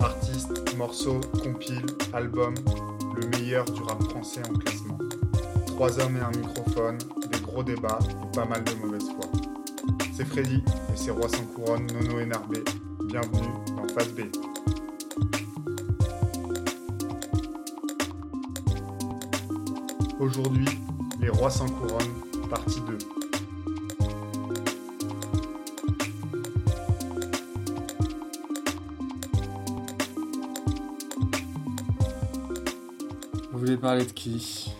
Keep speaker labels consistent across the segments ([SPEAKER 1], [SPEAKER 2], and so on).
[SPEAKER 1] Artistes, morceaux, compiles, albums, le meilleur du rap français en classement. Trois hommes et un microphone, des gros débats et pas mal de mauvaise foi. C'est Freddy et c'est Roi sans couronne, Nono et Narbé. Bienvenue dans Face B. Aujourd'hui, les Rois sans couronne, partie 2.
[SPEAKER 2] Vous voulez parler de qui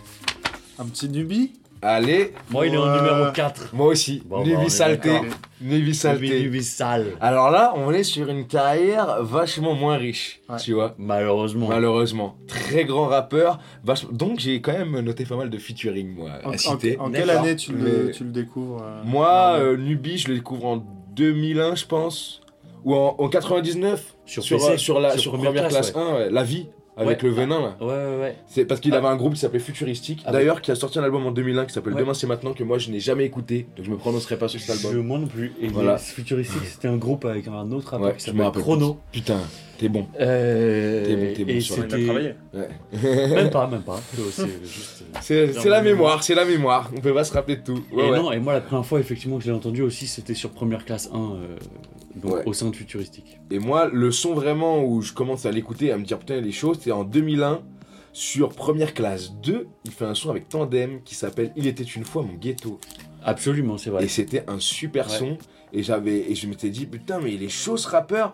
[SPEAKER 2] Un petit nubie
[SPEAKER 3] Allez,
[SPEAKER 4] Moi, il est en
[SPEAKER 1] Ouais.
[SPEAKER 4] numéro 4.
[SPEAKER 3] moi aussi.
[SPEAKER 4] Bon, bah, on
[SPEAKER 3] Lévi
[SPEAKER 4] est
[SPEAKER 3] Saleté.
[SPEAKER 4] d'accord.
[SPEAKER 3] Lévi Saleté.
[SPEAKER 4] Nubi sale.
[SPEAKER 3] Alors là, on est sur une carrière vachement moins riche,
[SPEAKER 2] Ouais.
[SPEAKER 3] tu vois.
[SPEAKER 4] Malheureusement.
[SPEAKER 3] Malheureusement. Très grand rappeur. vache- Donc j'ai quand même noté pas mal de featuring, moi,
[SPEAKER 1] En,
[SPEAKER 3] à citer.
[SPEAKER 1] en- en quelle
[SPEAKER 4] D'accord.
[SPEAKER 1] année tu le,
[SPEAKER 3] Mais-
[SPEAKER 1] tu le découvres euh,
[SPEAKER 3] Moi,
[SPEAKER 1] Narbé
[SPEAKER 3] euh, Nubi, je le découvre en 2001, je pense. Ou en, en 99.
[SPEAKER 4] Sur
[SPEAKER 3] euh,
[SPEAKER 4] PC,
[SPEAKER 3] sur la
[SPEAKER 4] sur
[SPEAKER 3] sur
[SPEAKER 4] première
[SPEAKER 3] première,
[SPEAKER 4] classe,
[SPEAKER 3] classe, 1, ouais, La Vie, avec
[SPEAKER 4] Ouais.
[SPEAKER 3] le venin, là.
[SPEAKER 4] Ouais, ouais, ouais.
[SPEAKER 3] C'est parce qu'il
[SPEAKER 4] Ah.
[SPEAKER 3] avait un groupe qui s'appelait Futuristique,
[SPEAKER 4] Ah
[SPEAKER 3] d'ailleurs, qui a sorti un album en 2001 qui s'appelle
[SPEAKER 4] Ouais.
[SPEAKER 3] Demain c'est maintenant, que moi je n'ai jamais écouté, donc je me prononcerai pas sur cet
[SPEAKER 4] Je
[SPEAKER 3] album.
[SPEAKER 4] moi non plus. Et
[SPEAKER 3] Voilà.
[SPEAKER 4] les Futuristique, c'était un groupe avec un autre rappeur
[SPEAKER 3] Ouais,
[SPEAKER 4] qui
[SPEAKER 3] je me
[SPEAKER 4] s'appelle
[SPEAKER 3] rappelle.
[SPEAKER 4] Chrono.
[SPEAKER 3] Putain, t'es bon.
[SPEAKER 4] Euh,
[SPEAKER 3] T'es bon, t'es bon
[SPEAKER 4] et
[SPEAKER 3] sur la-
[SPEAKER 1] On a
[SPEAKER 4] c'était...
[SPEAKER 1] travaillé.
[SPEAKER 3] Ouais.
[SPEAKER 4] Même pas, même pas. C'est juste... euh,
[SPEAKER 3] C'est
[SPEAKER 4] Dans
[SPEAKER 3] c'est la
[SPEAKER 4] mon mémoire.
[SPEAKER 3] mémoire, c'est la mémoire. On peut pas se rappeler de tout. Ouais,
[SPEAKER 4] et
[SPEAKER 3] ouais.
[SPEAKER 4] non, et moi la première fois effectivement que je l'ai entendu aussi, c'était sur première classe 1, euh, donc
[SPEAKER 3] Ouais.
[SPEAKER 4] au sein de Futuristique.
[SPEAKER 3] Et moi, le son vraiment où je commence à l'écouter, à me dire putain, les choses, c'est en 2001. Sur première classe 2, il fait un son avec Tandem qui s'appelle Il était une fois mon ghetto.
[SPEAKER 4] Absolument, c'est vrai.
[SPEAKER 3] Et c'était un super
[SPEAKER 4] Ouais.
[SPEAKER 3] son. Et j'avais et je m'étais dit putain mais il est chaud ce rappeur.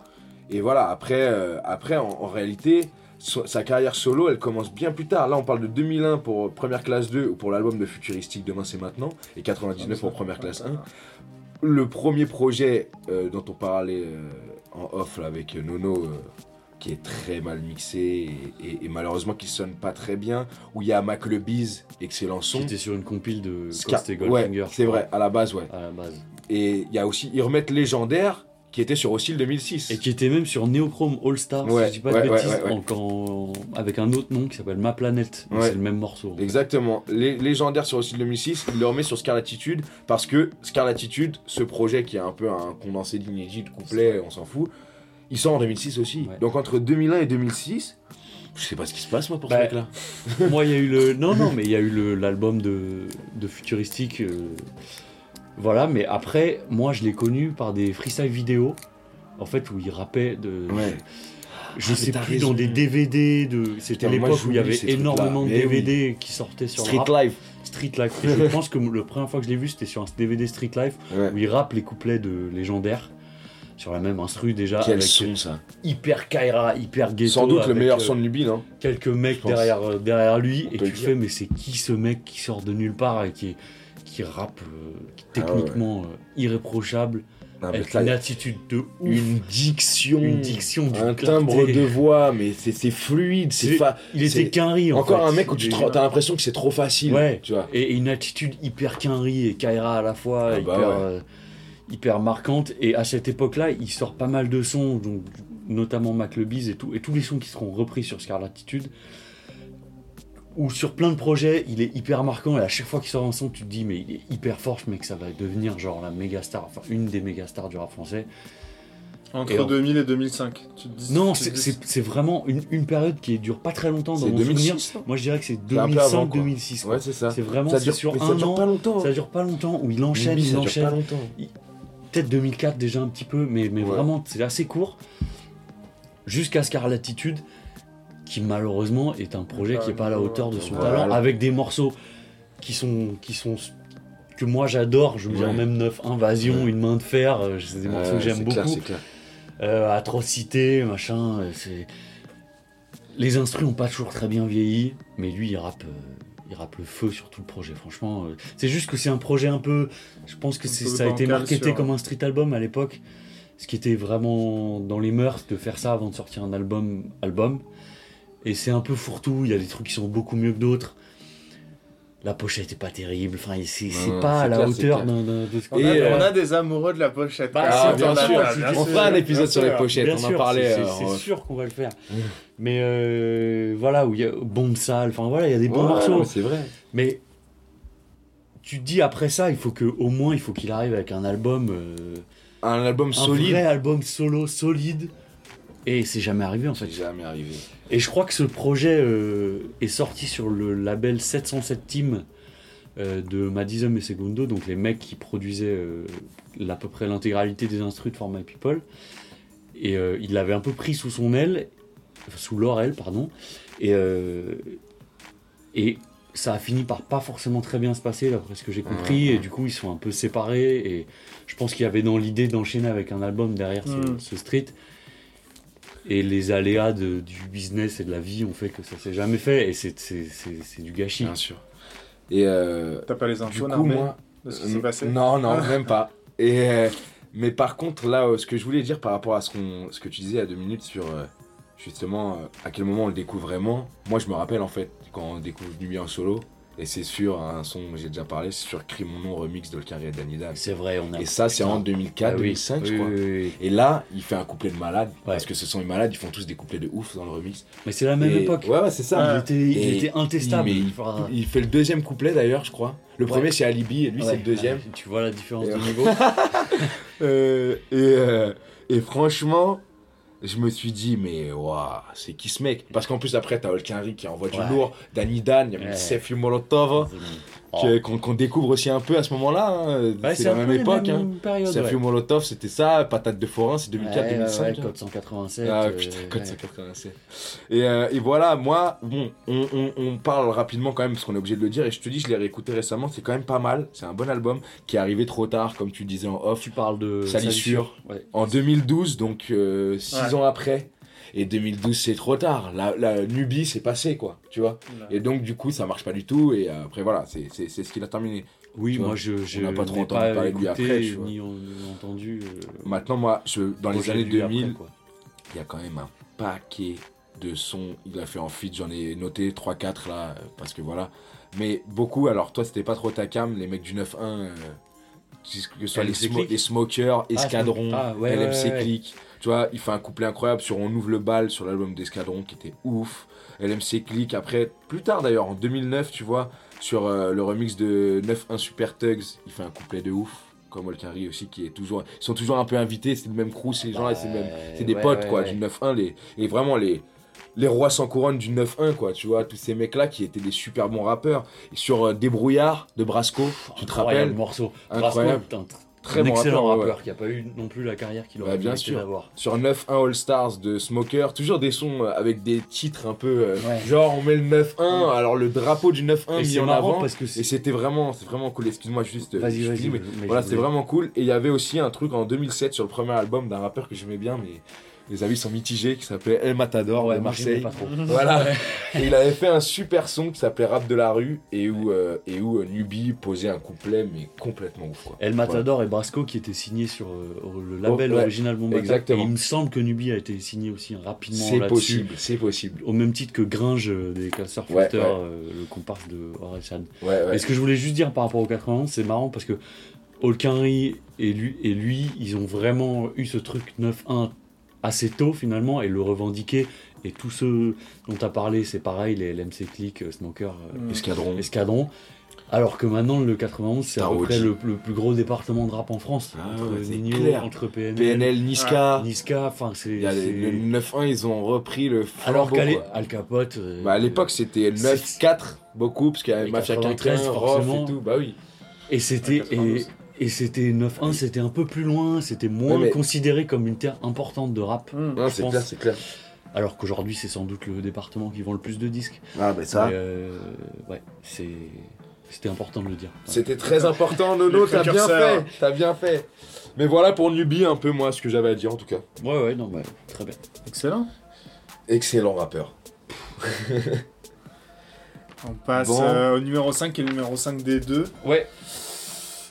[SPEAKER 3] Et voilà après euh, après en, en réalité so- sa carrière solo elle commence bien plus tard. Là on parle de 2001 pour euh, Première Classe 2 ou pour l'album de Futuristique Demain c'est maintenant et
[SPEAKER 4] Ah,
[SPEAKER 3] 99 pour Première Classe 1. Le premier projet euh, dont on parlait euh, en off là, avec Nono. euh, qui est très mal mixé et, et- et malheureusement qui sonne pas très bien. Où il y a Mac Le Biz, excellent son.
[SPEAKER 4] C'était sur une compile de
[SPEAKER 3] Ska-
[SPEAKER 4] Cost et Goldfinger.
[SPEAKER 3] ouais, c'est vrai, à la base, ouais.
[SPEAKER 4] À la base.
[SPEAKER 3] Et il y a aussi Ils remettent légendaire qui était sur aussi le 2006.
[SPEAKER 4] Et qui était même sur Neochrome All Star,
[SPEAKER 3] Ouais,
[SPEAKER 4] si je dis pas
[SPEAKER 3] ouais,
[SPEAKER 4] de
[SPEAKER 3] ouais,
[SPEAKER 4] bêtises,
[SPEAKER 3] ouais, ouais.
[SPEAKER 4] en- quand- avec un autre nom qui s'appelle Ma Planète. Donc
[SPEAKER 3] Ouais.
[SPEAKER 4] C'est le même morceau.
[SPEAKER 3] Exactement. Lé- légendaire sur aussi le 2006, il le remet sur Scarlatitude parce que Scarlatitude, ce projet qui est un peu un condensé d'inédit, de couplets, on s'en fout, il sort en 2006 aussi.
[SPEAKER 4] Ouais.
[SPEAKER 3] Donc entre 2001 et 2006, je sais pas ce qui se passe moi pour
[SPEAKER 4] Bah,
[SPEAKER 3] ce mec-là.
[SPEAKER 4] Moi, il y a eu le. Non, non, mais il y a eu le- l'album de, de Futuristique. euh, Voilà, mais après, moi, je l'ai connu par des freestyle vidéo. En fait, où il rappait de.
[SPEAKER 3] Ouais.
[SPEAKER 4] Je
[SPEAKER 3] Ah, mais
[SPEAKER 4] sais
[SPEAKER 3] t'as
[SPEAKER 4] plus,
[SPEAKER 3] raison.
[SPEAKER 4] dans des DVD. de
[SPEAKER 3] Putain,
[SPEAKER 4] C'était
[SPEAKER 3] moi,
[SPEAKER 4] l'époque où il
[SPEAKER 3] j'oublie
[SPEAKER 4] y avait
[SPEAKER 3] ces trucs-là.
[SPEAKER 4] énormément de
[SPEAKER 3] Mais oui.
[SPEAKER 4] DVD qui sortaient sur
[SPEAKER 3] Street
[SPEAKER 4] le rap.
[SPEAKER 3] Life.
[SPEAKER 4] Street Life. Et je pense que la première fois que je l'ai vu, c'était sur un DVD Street Life
[SPEAKER 3] Ouais.
[SPEAKER 4] où il rappe les couplets de Légendaire. Sur la même instru déjà,
[SPEAKER 3] Quel
[SPEAKER 4] avec
[SPEAKER 3] son Ah, ça
[SPEAKER 4] hyper Kaira, hyper ghetto.
[SPEAKER 3] Sans doute le
[SPEAKER 4] avec,
[SPEAKER 3] meilleur
[SPEAKER 4] euh,
[SPEAKER 3] son de Lubin, hein.
[SPEAKER 4] quelques mecs
[SPEAKER 3] pense.
[SPEAKER 4] derrière, euh, derrière lui
[SPEAKER 3] On
[SPEAKER 4] et
[SPEAKER 3] peut
[SPEAKER 4] tu
[SPEAKER 3] le dire.
[SPEAKER 4] fais mais c'est qui ce mec qui sort de nulle part et qui est- qui rappe euh, qui est
[SPEAKER 3] Ah
[SPEAKER 4] techniquement euh, irréprochable
[SPEAKER 3] Non, mais
[SPEAKER 4] avec
[SPEAKER 3] là,
[SPEAKER 4] une attitude de ouf
[SPEAKER 3] une diction,
[SPEAKER 4] une diction du
[SPEAKER 3] un
[SPEAKER 4] clarté.
[SPEAKER 3] timbre de voix, mais c'est c'est fluide, c'est
[SPEAKER 4] C'est-
[SPEAKER 3] fa-
[SPEAKER 4] il était
[SPEAKER 3] c'est-
[SPEAKER 4] qu'un riz en
[SPEAKER 3] Encore
[SPEAKER 4] fait.
[SPEAKER 3] un mec où tu
[SPEAKER 4] Il est-
[SPEAKER 3] te- t'as l'impression que c'est trop facile.
[SPEAKER 4] Ouais.
[SPEAKER 3] Tu vois.
[SPEAKER 4] et et une attitude hyper qu'un riz et Kaira à la
[SPEAKER 3] Ah
[SPEAKER 4] fois
[SPEAKER 3] bah
[SPEAKER 4] hyper
[SPEAKER 3] ouais.
[SPEAKER 4] euh, hyper marquante et à cette époque là il sort pas mal de sons donc notamment Mac Le Biz et tout et tous les sons qui seront repris sur Scarlatitude où sur plein de projets, il est hyper marquant et à chaque fois qu'il sort un son, tu te dis mais il est hyper fort, mais que ça va devenir genre la méga star, enfin une des méga stars du rap français.
[SPEAKER 1] Entre
[SPEAKER 4] Et on-
[SPEAKER 1] 2000 et 2005. Tu te dis,
[SPEAKER 4] Non,
[SPEAKER 1] tu te
[SPEAKER 4] c'est-
[SPEAKER 1] dis-
[SPEAKER 4] c'est c'est vraiment une, une période qui dure pas très longtemps dans
[SPEAKER 3] C'est
[SPEAKER 4] mon souvenir.
[SPEAKER 3] 2006.
[SPEAKER 4] Moi, je dirais que c'est
[SPEAKER 3] C'est un peu avant,
[SPEAKER 4] 2005,
[SPEAKER 3] quoi.
[SPEAKER 4] 2006. quoi.
[SPEAKER 3] Ouais, c'est ça.
[SPEAKER 4] C'est vraiment
[SPEAKER 3] ça
[SPEAKER 4] c'est
[SPEAKER 3] dure,
[SPEAKER 4] sur
[SPEAKER 3] mais ça
[SPEAKER 4] un
[SPEAKER 3] dure
[SPEAKER 4] an.
[SPEAKER 3] pas longtemps.
[SPEAKER 4] Ça dure pas longtemps où il enchaîne,
[SPEAKER 3] Oui,
[SPEAKER 4] il
[SPEAKER 3] ça dure
[SPEAKER 4] enchaîne.
[SPEAKER 3] pas longtemps.
[SPEAKER 4] peut-être 2004 déjà un petit peu, mais, mais
[SPEAKER 3] Ouais.
[SPEAKER 4] vraiment c'est assez court. Jusqu'à Scarlatitude, qui malheureusement est un projet qui n'est pas à la hauteur de son
[SPEAKER 3] Voilà.
[SPEAKER 4] talent, avec des morceaux qui sont, qui sont que moi j'adore, je me dis
[SPEAKER 3] Ouais.
[SPEAKER 4] même neuf, Invasion,
[SPEAKER 3] Ouais.
[SPEAKER 4] Une main de fer, euh, c'est des morceaux
[SPEAKER 3] Ouais,
[SPEAKER 4] que j'aime
[SPEAKER 3] c'est
[SPEAKER 4] beaucoup,
[SPEAKER 3] clair, c'est clair.
[SPEAKER 4] Euh, Atrocité, machin, euh, c'est... Les instruments n'ont pas toujours très bien vieilli, mais lui il rappe, euh, il rappe le feu sur tout le projet, franchement. euh, c'est juste que c'est un projet un peu. Je pense que
[SPEAKER 1] Un
[SPEAKER 4] c'est-
[SPEAKER 1] peu
[SPEAKER 4] ça a été
[SPEAKER 1] bancal
[SPEAKER 4] marketé
[SPEAKER 1] sur-
[SPEAKER 4] comme un street album à l'époque, ce qui était vraiment dans les mœurs de faire ça avant de sortir un album. album. Et c'est un peu fourre-tout, il y a des trucs qui sont beaucoup mieux que d'autres. La pochette est pas terrible, enfin il- c'est c'est
[SPEAKER 3] ouais,
[SPEAKER 4] pas
[SPEAKER 3] c'est
[SPEAKER 4] à la
[SPEAKER 3] clair, c'est
[SPEAKER 4] hauteur
[SPEAKER 3] clair.
[SPEAKER 4] d'un- d'un- de ce
[SPEAKER 1] On,
[SPEAKER 4] que-
[SPEAKER 1] a,
[SPEAKER 3] Et, euh,
[SPEAKER 1] on a des amoureux de la pochette.
[SPEAKER 4] Bah,
[SPEAKER 3] Ah,
[SPEAKER 1] si,
[SPEAKER 3] bien
[SPEAKER 1] on en a,
[SPEAKER 3] sûr,
[SPEAKER 1] là,
[SPEAKER 4] je
[SPEAKER 1] bien
[SPEAKER 4] dis-
[SPEAKER 3] On
[SPEAKER 1] sûr.
[SPEAKER 3] fera un épisode
[SPEAKER 1] Bien
[SPEAKER 3] sur les
[SPEAKER 1] sûr.
[SPEAKER 3] pochettes,
[SPEAKER 4] euh, Bien
[SPEAKER 3] on en
[SPEAKER 4] sûr,
[SPEAKER 3] parlait.
[SPEAKER 4] c'est-
[SPEAKER 3] euh,
[SPEAKER 4] C'est
[SPEAKER 3] en-
[SPEAKER 4] c'est sûr qu'on va le faire. Mais euh, voilà, où il y a bombe sale, enfin voilà, il y a des bons
[SPEAKER 3] Ouais,
[SPEAKER 4] morceaux.
[SPEAKER 3] mais C'est vrai.
[SPEAKER 4] Mais tu te dis après ça, il faut que au moins il faut qu'il arrive avec un album, euh,
[SPEAKER 3] Un album
[SPEAKER 4] un vrai
[SPEAKER 3] solide.
[SPEAKER 4] album solo solide Et c'est jamais arrivé en fait.
[SPEAKER 3] C'est jamais arrivé.
[SPEAKER 4] Et je crois que ce projet euh, est sorti sur le label 707 Team euh, de Madison et Segundo, donc les mecs qui produisaient euh, à peu près l'intégralité des instrus de For My People. Et euh, il l'avait un peu pris sous son aile, sous leur aile, pardon. Et, euh, et ça a fini par pas forcément très bien se passer, d'après ce que j'ai compris. Et du coup, ils sont un peu séparés. Et je pense qu'il y avait dans l'idée d'enchaîner avec un album derrière ce-
[SPEAKER 2] Mm.
[SPEAKER 4] ce, street. Et les aléas de- du business et de la vie ont fait que ça s'est jamais fait. Et c'est c'est- c'est- c'est du gâchis.
[SPEAKER 3] Bien sûr. Et euh,
[SPEAKER 2] T'as pas les infos,
[SPEAKER 3] du coup,
[SPEAKER 2] Narmer,
[SPEAKER 3] moi, euh,
[SPEAKER 2] de ce qui s'est passé
[SPEAKER 3] Non, non,
[SPEAKER 4] Ah.
[SPEAKER 3] même pas. Et, euh, mais par contre, là, euh, ce que je voulais dire par rapport à ce, qu'on ce que tu disais à deux minutes sur euh, justement euh, à quel moment on le découvre vraiment, moi je me rappelle en fait quand on découvre Nuit en solo, et c'est sur un son dont j'ai déjà parlé, c'est sur Crie mon nom remix d'Olkari et Danida.
[SPEAKER 4] C'est vrai, on a.
[SPEAKER 3] Et ça, c'est en 2004,
[SPEAKER 4] Ah oui,
[SPEAKER 3] 2005, je
[SPEAKER 4] oui,
[SPEAKER 3] crois.
[SPEAKER 4] oui, oui, oui.
[SPEAKER 3] Et là, il fait un couplet de malade, parce
[SPEAKER 4] Ouais.
[SPEAKER 3] que ce son est malade, ils font tous des couplets de ouf dans le remix.
[SPEAKER 4] Mais c'est la même
[SPEAKER 3] Et-
[SPEAKER 4] époque.
[SPEAKER 3] Ouais, ouais, c'est ça.
[SPEAKER 4] Il, était, il
[SPEAKER 3] Et-
[SPEAKER 4] était intestable.
[SPEAKER 3] mais il-
[SPEAKER 4] Enfin,
[SPEAKER 3] Il fait le deuxième couplet d'ailleurs, je crois. Le
[SPEAKER 4] Ouais.
[SPEAKER 3] premier, c'est Alibi, et lui, c'est
[SPEAKER 4] ouais,
[SPEAKER 3] le deuxième.
[SPEAKER 4] ouais, Tu vois la différence
[SPEAKER 3] Et-
[SPEAKER 4] de niveau
[SPEAKER 3] Euh, et, euh, et franchement, je me suis dit, mais waouh, c'est qui ce mec Parce qu'en plus, après, t'as Olkinry qui envoie du
[SPEAKER 4] Ouais.
[SPEAKER 3] lourd, Danny Dan, il y a
[SPEAKER 4] Ouais. Oh.
[SPEAKER 3] même Sefiu Molotov, que- qu'on qu'on découvre aussi un peu à ce moment-là. hein.
[SPEAKER 4] Ouais,
[SPEAKER 3] c'est la
[SPEAKER 4] un
[SPEAKER 3] même
[SPEAKER 4] peu les
[SPEAKER 3] époque. Hein.
[SPEAKER 4] mêmes périodes,
[SPEAKER 3] Sefiu
[SPEAKER 4] ouais.
[SPEAKER 3] Molotov, c'était ça, Patate de Forain, c'est 2004,
[SPEAKER 4] Ouais, ouais,
[SPEAKER 3] 2005.
[SPEAKER 4] ouais,
[SPEAKER 3] hein.
[SPEAKER 4] code 187.
[SPEAKER 3] Ah
[SPEAKER 4] euh,
[SPEAKER 3] putain, code
[SPEAKER 4] ouais.
[SPEAKER 3] 187. Et, euh, et voilà, moi, bon, on, on- on parle rapidement quand même, parce qu'on est obligé de le dire, et je te dis, je l'ai réécouté récemment, c'est quand même pas mal, c'est un bon album, qui est arrivé trop tard, comme tu disais en off,
[SPEAKER 4] Tu parles de.
[SPEAKER 3] Salissure.
[SPEAKER 4] Ouais.
[SPEAKER 3] en 2012, donc 6
[SPEAKER 2] Ouais.
[SPEAKER 3] ans après. Et 2012, c'est trop tard, la, la Nubie, c'est passé, quoi, tu vois. Et donc, du coup, ça marche pas du tout, et euh, après, voilà, c'est c'est- c'est ce qu'il a terminé.
[SPEAKER 4] Oui,
[SPEAKER 3] Tu
[SPEAKER 4] moi
[SPEAKER 3] vois,
[SPEAKER 4] je. je
[SPEAKER 3] on a pas trop
[SPEAKER 4] n'ai
[SPEAKER 3] entendu
[SPEAKER 4] pas
[SPEAKER 3] parler de lui
[SPEAKER 4] écouté,
[SPEAKER 3] après, tu vois.
[SPEAKER 4] Ni en- entendu. euh,
[SPEAKER 3] Maintenant, moi, je, dans
[SPEAKER 4] quand
[SPEAKER 3] les
[SPEAKER 4] j'ai
[SPEAKER 3] années
[SPEAKER 4] lu après,
[SPEAKER 3] 2000,
[SPEAKER 4] quoi.
[SPEAKER 3] il y a quand même un paquet de sons. Il a fait en feat, j'en ai noté 3-4 là, euh, parce que voilà. Mais beaucoup, alors toi c'était pas trop ta cam, les mecs du 9-1, euh, que ce soit les,
[SPEAKER 4] LMC
[SPEAKER 3] smo-
[SPEAKER 4] Click
[SPEAKER 3] les Smokers, Escadron,
[SPEAKER 4] Ah, ouais,
[SPEAKER 3] LMC
[SPEAKER 4] ouais, ouais.
[SPEAKER 3] Click. Tu vois, il fait un couplet incroyable sur On ouvre le bal sur l'album d'Escadron qui était ouf. LMC Click, après, plus tard d'ailleurs, en 2009, tu vois, sur euh, le remix de 9-1 Super Tugs, il fait un couplet de ouf. Comme Olkari aussi, qui est toujours. Ils sont toujours un peu invités, c'est le même crew, ces gens-là, c'est le même.
[SPEAKER 4] Ouais,
[SPEAKER 3] C'est des
[SPEAKER 4] ouais,
[SPEAKER 3] potes,
[SPEAKER 4] Bah, ouais,
[SPEAKER 3] quoi,
[SPEAKER 4] ouais.
[SPEAKER 3] du 9-1, les, et vraiment les, les rois sans couronne du 9-1, quoi, tu vois, tous ces mecs-là qui étaient des super bons rappeurs. Et sur euh, Débrouillard de Brasco, tu te
[SPEAKER 4] Incroyable
[SPEAKER 3] rappelles
[SPEAKER 4] morceau.
[SPEAKER 3] Incroyable.
[SPEAKER 4] Brasco, putain,
[SPEAKER 3] Très
[SPEAKER 4] un
[SPEAKER 3] bon
[SPEAKER 4] excellent
[SPEAKER 3] rappeur, ouais,
[SPEAKER 4] rappeur qui a pas eu non plus la carrière qu'il
[SPEAKER 3] Bah,
[SPEAKER 4] aurait
[SPEAKER 3] bien
[SPEAKER 4] mérité
[SPEAKER 3] sûr.
[SPEAKER 4] d'avoir.
[SPEAKER 3] Sur 9-1 All Stars de Smoker, toujours des sons euh, avec des titres un peu. euh,
[SPEAKER 4] Ouais.
[SPEAKER 3] Genre, on met le 9-1, alors le drapeau du 9-1
[SPEAKER 4] Et
[SPEAKER 3] mis
[SPEAKER 4] c'est
[SPEAKER 3] en
[SPEAKER 4] marrant
[SPEAKER 3] avant.
[SPEAKER 4] parce que
[SPEAKER 3] Et
[SPEAKER 4] c'est.
[SPEAKER 3] c'était vraiment, c'est vraiment cool. Excuse-moi juste. euh,
[SPEAKER 4] Vas-y,
[SPEAKER 3] je te dis,
[SPEAKER 4] vas-y.
[SPEAKER 3] mais
[SPEAKER 4] mais- mais
[SPEAKER 3] Voilà,
[SPEAKER 4] je
[SPEAKER 3] c'était
[SPEAKER 4] voulais-
[SPEAKER 3] vraiment cool. Et il y avait aussi un truc en 2007 sur le premier album d'un rappeur que j'aimais bien, mais les avis sont mitigés, qui s'appelait El Matador
[SPEAKER 4] Ouais,
[SPEAKER 3] de
[SPEAKER 4] moi, j'aimais
[SPEAKER 3] Marseille.
[SPEAKER 4] pas trop.
[SPEAKER 3] Voilà. Et il avait fait un super son qui s'appelait Rap de la rue et où, euh, et où euh, Nubie posait un couplet mais complètement ouf quoi.
[SPEAKER 4] El Matador et Brasco qui étaient signés sur euh, le label
[SPEAKER 3] Oh, ouais,
[SPEAKER 4] original Bombata.
[SPEAKER 3] exactement.
[SPEAKER 4] Et il me semble que Nubi a été signé aussi hein,
[SPEAKER 3] Voilà.
[SPEAKER 4] rapidement
[SPEAKER 3] C'est
[SPEAKER 4] là-dessus.
[SPEAKER 3] possible, c'est possible.
[SPEAKER 4] Au même titre que Gringe euh, des Casseurs
[SPEAKER 3] Ouais,
[SPEAKER 4] Facteurs,
[SPEAKER 3] ouais.
[SPEAKER 4] euh, le comparse de Orelsan.
[SPEAKER 3] Ouais, ouais.
[SPEAKER 4] Et ce que je voulais juste dire par rapport au 91, c'est marrant parce que Olkinry et lui, et lui, ils ont vraiment eu ce truc 9-1 assez tôt finalement et le revendiquer. Et tous ceux dont tu as parlé, c'est pareil, les LMC Click, euh, Smoker, euh,
[SPEAKER 2] Mm.
[SPEAKER 3] Escadron.
[SPEAKER 4] Escadron. Alors que maintenant, le 91, c'est à peu
[SPEAKER 3] Tarot.
[SPEAKER 4] près le, le plus gros département de rap en France.
[SPEAKER 3] Ah
[SPEAKER 4] entre
[SPEAKER 3] ouais, c'est
[SPEAKER 4] Nino,
[SPEAKER 3] clair.
[SPEAKER 4] entre PNL,
[SPEAKER 3] PNL, Niska.
[SPEAKER 4] Ah, Niska, enfin, c'est.
[SPEAKER 3] Il y a les-
[SPEAKER 4] c'est-
[SPEAKER 3] le 9-1, ils ont repris le
[SPEAKER 4] Alors
[SPEAKER 3] flambeau.
[SPEAKER 4] qu'à l'é-
[SPEAKER 3] quoi.
[SPEAKER 4] Al Capote. euh,
[SPEAKER 3] Bah, à l'époque c'était
[SPEAKER 4] c'est-
[SPEAKER 3] 9-4 beaucoup parce qu'il y avait
[SPEAKER 4] Et
[SPEAKER 3] Mafia
[SPEAKER 4] 93,
[SPEAKER 3] 15, Rof
[SPEAKER 4] forcément.
[SPEAKER 3] et tout. Bah oui.
[SPEAKER 4] Et c'était.
[SPEAKER 2] Al
[SPEAKER 4] Et,
[SPEAKER 2] 92.
[SPEAKER 4] et c'était 9-1, c'était un peu plus loin, c'était moins
[SPEAKER 3] Ouais, mais-
[SPEAKER 4] considéré comme une terre importante de rap.
[SPEAKER 2] Hmm.
[SPEAKER 3] Non,
[SPEAKER 4] Je
[SPEAKER 3] c'est
[SPEAKER 4] pense.
[SPEAKER 3] clair, c'est clair.
[SPEAKER 4] Alors qu'aujourd'hui, c'est sans doute le département qui vend le plus de disques.
[SPEAKER 3] Ah bah ça.
[SPEAKER 4] Mais, euh, ouais, c'est. C'était important de le dire.
[SPEAKER 3] C'était très important, Nono,
[SPEAKER 2] Les
[SPEAKER 3] t'as bien fait,
[SPEAKER 2] précurseurs.
[SPEAKER 3] t'as bien fait. Mais voilà pour Nubie un peu moi ce que j'avais à dire en tout cas.
[SPEAKER 4] Ouais, ouais, non, bah, très bien.
[SPEAKER 2] Excellent.
[SPEAKER 3] Excellent rappeur.
[SPEAKER 2] On passe
[SPEAKER 3] Bon.
[SPEAKER 2] euh, au numéro 5 qui est le numéro 5 des deux.
[SPEAKER 4] Ouais.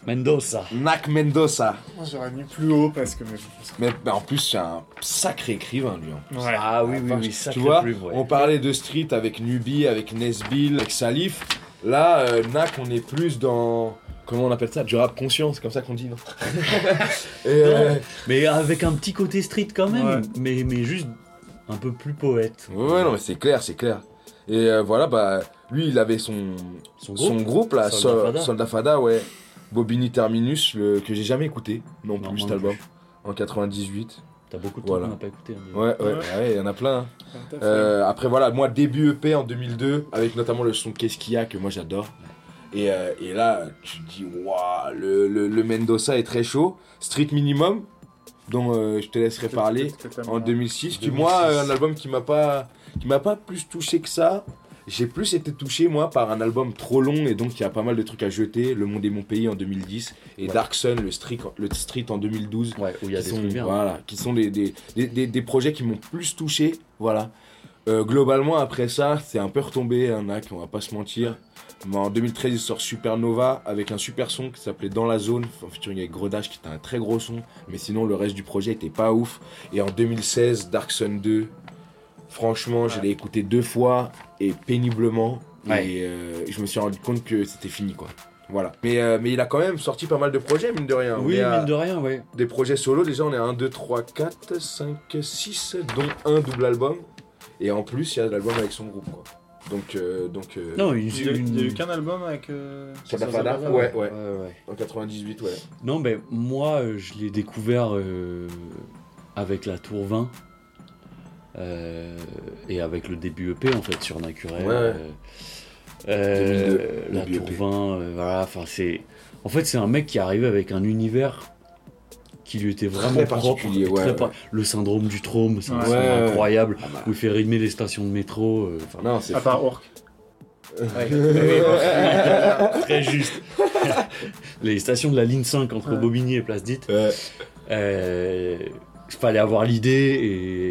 [SPEAKER 4] Mendoza.
[SPEAKER 3] Mac Mendoza.
[SPEAKER 2] Moi j'aurais mis plus haut parce que. mais je pense que-
[SPEAKER 3] Mais bah, en plus, c'est un sacré écrivain, lui. hein.
[SPEAKER 2] Ouais.
[SPEAKER 4] Ah oui, oui,
[SPEAKER 3] Enfin,
[SPEAKER 4] oui,
[SPEAKER 3] tu
[SPEAKER 4] sacré
[SPEAKER 3] vois,
[SPEAKER 4] plume, ouais.
[SPEAKER 3] On parlait de Street avec Nubi, avec Nesbill, avec Salif. Là, euh, Nak, on est plus dans. Comment on appelle ça Du rap conscient, c'est comme ça qu'on dit, non Et, euh,
[SPEAKER 4] Mais avec un petit côté street quand même,
[SPEAKER 2] Ouais.
[SPEAKER 4] mais, mais juste un peu plus poète.
[SPEAKER 3] Ouais, ouais, non, mais c'est clair, c'est clair. Et euh, voilà, bah, lui, il avait son,
[SPEAKER 4] Son groupe.
[SPEAKER 3] son groupe, là,
[SPEAKER 4] Soldat
[SPEAKER 3] Sol-
[SPEAKER 4] Fada.
[SPEAKER 3] Soldat Fada, ouais. Bobini Terminus, le, que j'ai jamais écouté, non,
[SPEAKER 4] Non,
[SPEAKER 3] plus,
[SPEAKER 4] moi
[SPEAKER 3] cet
[SPEAKER 4] non
[SPEAKER 3] album, en 98.
[SPEAKER 4] T'as beaucoup de
[SPEAKER 3] Voilà.
[SPEAKER 4] trucs qu'on n'a pas écouté. hein,
[SPEAKER 3] Ouais, ouais,
[SPEAKER 2] Ouais.
[SPEAKER 3] ouais, il y en a plein. hein.
[SPEAKER 2] T'as fait-
[SPEAKER 3] Euh, après, voilà, moi, début EP en 2002, avec notamment le son Qu'est-ce qu'il y a que moi j'adore. Et, euh, et là, tu te dis, waouh, le, le, le Mendoza est très chaud. Street Minimum, dont euh, je te laisserai parler,
[SPEAKER 2] Peut-être que t'aimes
[SPEAKER 3] en
[SPEAKER 2] bien.
[SPEAKER 3] 2006, qui, moi, euh, un album qui m'a pas, qui m'a pas plus touché que ça. J'ai plus été touché, moi, par un album trop long et donc il y a pas mal de trucs à jeter. Le Monde et mon pays en 2010 et
[SPEAKER 4] Ouais.
[SPEAKER 3] Dark Sun, le, street- le street en 2012
[SPEAKER 4] Ouais, où il y a
[SPEAKER 3] qui
[SPEAKER 4] des
[SPEAKER 3] sont,
[SPEAKER 4] trucs bien.
[SPEAKER 3] Voilà, qui sont des, des, des, des- des projets qui m'ont plus touché. Voilà. Euh, globalement, après ça, c'est un peu retombé, un ac, on va pas se mentir. Mais en 2013, il sort Supernova avec un super son qui s'appelait Dans la zone, en featuring avec Gredage, qui était un très gros son. Mais sinon, le reste du projet était pas ouf. Et en 2016, Dark Sun 2, franchement, je
[SPEAKER 2] Ouais.
[SPEAKER 3] l'ai écouté deux fois et péniblement.
[SPEAKER 4] Ouais.
[SPEAKER 3] Et euh, je me suis rendu compte que c'était fini, quoi. Voilà. Mais, euh, mais il a quand même sorti pas mal de projets, mine de rien.
[SPEAKER 4] Oui,
[SPEAKER 3] Mais, euh,
[SPEAKER 4] mine de rien, ouais.
[SPEAKER 3] des projets solo, déjà on est à 1, 2, 3, 4, 5, 6, dont un double album. Et en plus, il y a l'album avec son groupe. Quoi. Donc, euh, donc euh,
[SPEAKER 4] Non, une.
[SPEAKER 2] Il y a-
[SPEAKER 4] une-
[SPEAKER 2] il y a eu qu'un album avec. euh,
[SPEAKER 3] Kadafada,
[SPEAKER 2] Sazabada.
[SPEAKER 3] ouais, ouais.
[SPEAKER 4] ouais, ouais.
[SPEAKER 3] En 98, ouais.
[SPEAKER 4] Non, mais moi, euh, je l'ai découvert euh, avec la Tour 20 euh, et avec le début EP en fait sur Nakurel.
[SPEAKER 3] Ouais, ouais.
[SPEAKER 4] euh, euh,
[SPEAKER 3] Début de-
[SPEAKER 4] la
[SPEAKER 3] début E
[SPEAKER 4] Tour
[SPEAKER 3] EP.
[SPEAKER 4] 20, euh, voilà. Enfin, c'est. En fait, c'est un mec qui est arrivé avec un univers qui lui était vraiment
[SPEAKER 3] Très
[SPEAKER 4] propre,
[SPEAKER 3] particulier,
[SPEAKER 4] et
[SPEAKER 3] ouais,
[SPEAKER 4] très
[SPEAKER 3] ouais.
[SPEAKER 4] Le syndrome du trôme, c'est un
[SPEAKER 2] Ouais.
[SPEAKER 4] syndrome
[SPEAKER 3] Ouais, ouais.
[SPEAKER 4] incroyable
[SPEAKER 3] Ah bah.
[SPEAKER 4] où il fait rythmer les stations de métro. euh, enfin,
[SPEAKER 3] Non, c'est Euh,
[SPEAKER 2] À part Orc.
[SPEAKER 4] très juste. les stations de la ligne 5 entre
[SPEAKER 2] Ouais.
[SPEAKER 4] Bobigny et Place d'Ite.
[SPEAKER 3] Ouais.
[SPEAKER 4] Euh, fallait avoir l'idée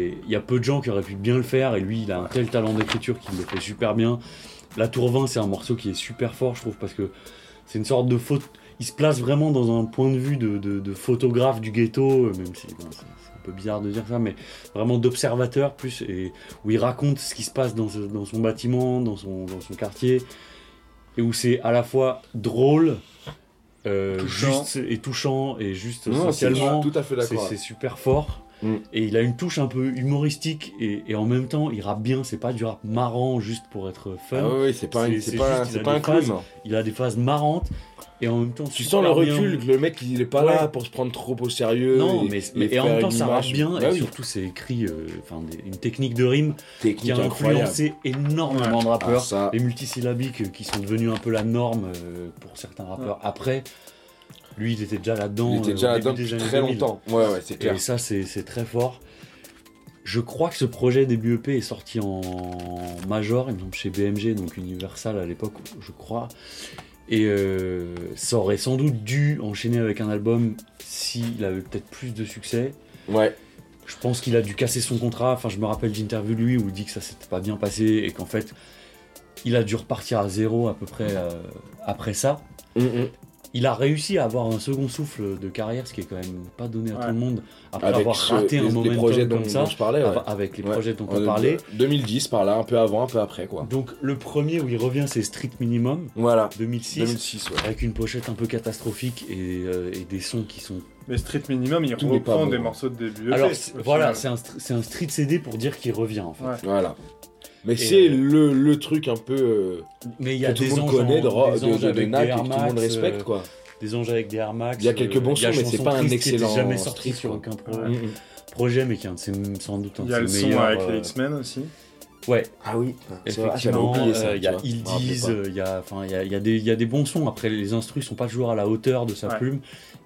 [SPEAKER 4] et il y a peu de gens qui auraient pu bien le faire et lui il a un tel talent d'écriture qu'il le fait super bien. La Tour 20 c'est un morceau qui est super fort je trouve parce que c'est une sorte de faute. Il se place vraiment dans un point de vue de, de- de photographe du ghetto, euh, même si bon, c'est c'est un peu bizarre de dire ça, mais vraiment d'observateur plus, et où il raconte ce qui se passe dans, ce- dans son bâtiment, dans son, dans son quartier, et où c'est à la fois drôle, euh,
[SPEAKER 2] Touchant.
[SPEAKER 4] juste et touchant, et juste
[SPEAKER 3] Non, c'est- je
[SPEAKER 4] socialement.
[SPEAKER 3] suis tout à fait
[SPEAKER 4] C'est
[SPEAKER 3] d'accord.
[SPEAKER 4] c'est super fort.
[SPEAKER 3] Mm.
[SPEAKER 4] Et il a une touche un peu humoristique et, et en même temps il rappe bien, c'est pas du rap marrant juste pour être fun.
[SPEAKER 3] Ah ouais, ouais, c'est pas,
[SPEAKER 4] C'est-
[SPEAKER 3] un- c'est
[SPEAKER 4] c'est
[SPEAKER 3] pas,
[SPEAKER 4] juste
[SPEAKER 3] un-
[SPEAKER 4] qu'il
[SPEAKER 3] c'est
[SPEAKER 4] a
[SPEAKER 3] pas
[SPEAKER 4] des
[SPEAKER 3] un clown.
[SPEAKER 4] phases
[SPEAKER 3] non.
[SPEAKER 4] Il a des phases marrantes et en même temps
[SPEAKER 3] Tu
[SPEAKER 4] super
[SPEAKER 3] sens le
[SPEAKER 4] bien.
[SPEAKER 3] recul, que le mec il est pas
[SPEAKER 4] Ouais.
[SPEAKER 3] là pour se prendre trop au sérieux.
[SPEAKER 4] Non,
[SPEAKER 3] et-
[SPEAKER 4] mais,
[SPEAKER 3] et
[SPEAKER 4] mais- et en
[SPEAKER 3] faire
[SPEAKER 4] même temps
[SPEAKER 3] une
[SPEAKER 4] ça rappe
[SPEAKER 3] image-
[SPEAKER 4] bien
[SPEAKER 3] Bah
[SPEAKER 4] et
[SPEAKER 3] oui,
[SPEAKER 4] surtout c'est écrit, euh, enfin des- une technique de rime qui
[SPEAKER 3] technique
[SPEAKER 4] a
[SPEAKER 3] incroyable.
[SPEAKER 4] influencé énormément de
[SPEAKER 3] Ah,
[SPEAKER 4] rappeurs.
[SPEAKER 3] ça,
[SPEAKER 4] Les multisyllabiques euh, qui sont devenus un peu la norme euh, pour certains rappeurs après. Lui il était déjà
[SPEAKER 3] il
[SPEAKER 4] là-dedans. euh,
[SPEAKER 3] était
[SPEAKER 4] au
[SPEAKER 3] déjà
[SPEAKER 4] début
[SPEAKER 3] là-dedans
[SPEAKER 4] des
[SPEAKER 3] depuis
[SPEAKER 4] années
[SPEAKER 3] très
[SPEAKER 4] 2000.
[SPEAKER 3] longtemps. Ouais, ouais, c'est clair.
[SPEAKER 4] Et ça, c'est c'est très fort. Je crois que ce projet début EP est sorti en major, il me semble chez BMG, donc Universal à l'époque, je crois. Et euh, ça aurait sans doute dû enchaîner avec un album s'il avait peut-être plus de succès.
[SPEAKER 3] Ouais,
[SPEAKER 4] Je pense qu'il a dû casser son contrat. Enfin, je me rappelle d'interview de lui où il dit que ça s'était pas bien passé et qu'en fait, il a dû repartir à zéro à peu près euh, après ça.
[SPEAKER 3] Mm, mm.
[SPEAKER 4] Il a réussi à avoir un second souffle de carrière, ce qui est quand même pas donné à
[SPEAKER 2] Ouais.
[SPEAKER 4] tout le monde après
[SPEAKER 3] avec
[SPEAKER 4] avoir
[SPEAKER 3] ce-
[SPEAKER 4] raté un
[SPEAKER 3] les- les
[SPEAKER 4] momentum
[SPEAKER 3] projets dont
[SPEAKER 4] comme ça,
[SPEAKER 3] dont je parlais. ouais.
[SPEAKER 4] av- avec les
[SPEAKER 3] Ouais.
[SPEAKER 4] projets dont
[SPEAKER 3] En
[SPEAKER 4] on parlait.
[SPEAKER 3] 2010 par là, un peu avant, un peu après quoi.
[SPEAKER 4] Donc le premier où il revient, c'est Street Minimum
[SPEAKER 3] Voilà.
[SPEAKER 4] 2006,
[SPEAKER 3] 2006, ouais.
[SPEAKER 4] avec une pochette un peu catastrophique et, euh, et des sons qui sont.
[SPEAKER 2] Mais Street Minimum, il
[SPEAKER 3] Tout n'est pas hein.
[SPEAKER 2] reprend
[SPEAKER 3] bon.
[SPEAKER 2] des morceaux de début. E EP,
[SPEAKER 4] Alors
[SPEAKER 2] au
[SPEAKER 4] c'est-
[SPEAKER 2] final.
[SPEAKER 4] voilà, c'est un, str- c'est un street CD pour dire qu'il revient en fait.
[SPEAKER 2] Ouais.
[SPEAKER 3] Voilà. Mais c'est
[SPEAKER 4] euh,
[SPEAKER 3] le, le truc un peu euh,
[SPEAKER 4] Mais il y a
[SPEAKER 3] que tout
[SPEAKER 4] des
[SPEAKER 3] le monde
[SPEAKER 4] anges,
[SPEAKER 3] connaît
[SPEAKER 4] en-
[SPEAKER 3] de, ro-
[SPEAKER 4] des
[SPEAKER 3] de, de,
[SPEAKER 4] anges
[SPEAKER 3] de
[SPEAKER 4] avec
[SPEAKER 3] Nac et
[SPEAKER 4] des
[SPEAKER 3] que
[SPEAKER 4] Air
[SPEAKER 3] tout le monde
[SPEAKER 4] Max,
[SPEAKER 3] respecte
[SPEAKER 4] euh,
[SPEAKER 3] quoi.
[SPEAKER 4] des anges avec des Air Max.
[SPEAKER 3] Il y a quelques bons
[SPEAKER 4] euh, il y a
[SPEAKER 3] sons, mais c'est
[SPEAKER 4] Chanson
[SPEAKER 3] pas un
[SPEAKER 4] Triste qui était
[SPEAKER 3] excellent
[SPEAKER 4] jamais sorti
[SPEAKER 3] street,
[SPEAKER 4] sur
[SPEAKER 3] quoi.
[SPEAKER 4] aucun pro-
[SPEAKER 3] Mm, mm.
[SPEAKER 4] projet, mais qui est un de ses- sans doute un
[SPEAKER 2] Il
[SPEAKER 4] de
[SPEAKER 2] y a
[SPEAKER 4] ses
[SPEAKER 2] le son
[SPEAKER 4] meilleurs,
[SPEAKER 2] avec les
[SPEAKER 4] euh,
[SPEAKER 2] X-Men aussi.
[SPEAKER 4] Ouais,
[SPEAKER 3] Ah oui, c'est vrai, j'avais
[SPEAKER 4] Effectivement,
[SPEAKER 3] oublié
[SPEAKER 4] euh,
[SPEAKER 3] ça.
[SPEAKER 4] il
[SPEAKER 3] tu
[SPEAKER 4] y a
[SPEAKER 3] vois, je me rappelais
[SPEAKER 4] Ildiz,
[SPEAKER 3] pas.
[SPEAKER 4] euh, il y a, enfin, il y a, il y a des- il y a des bons sons. Après, les instrus sont pas toujours à la hauteur de sa
[SPEAKER 2] Ouais.
[SPEAKER 4] plume,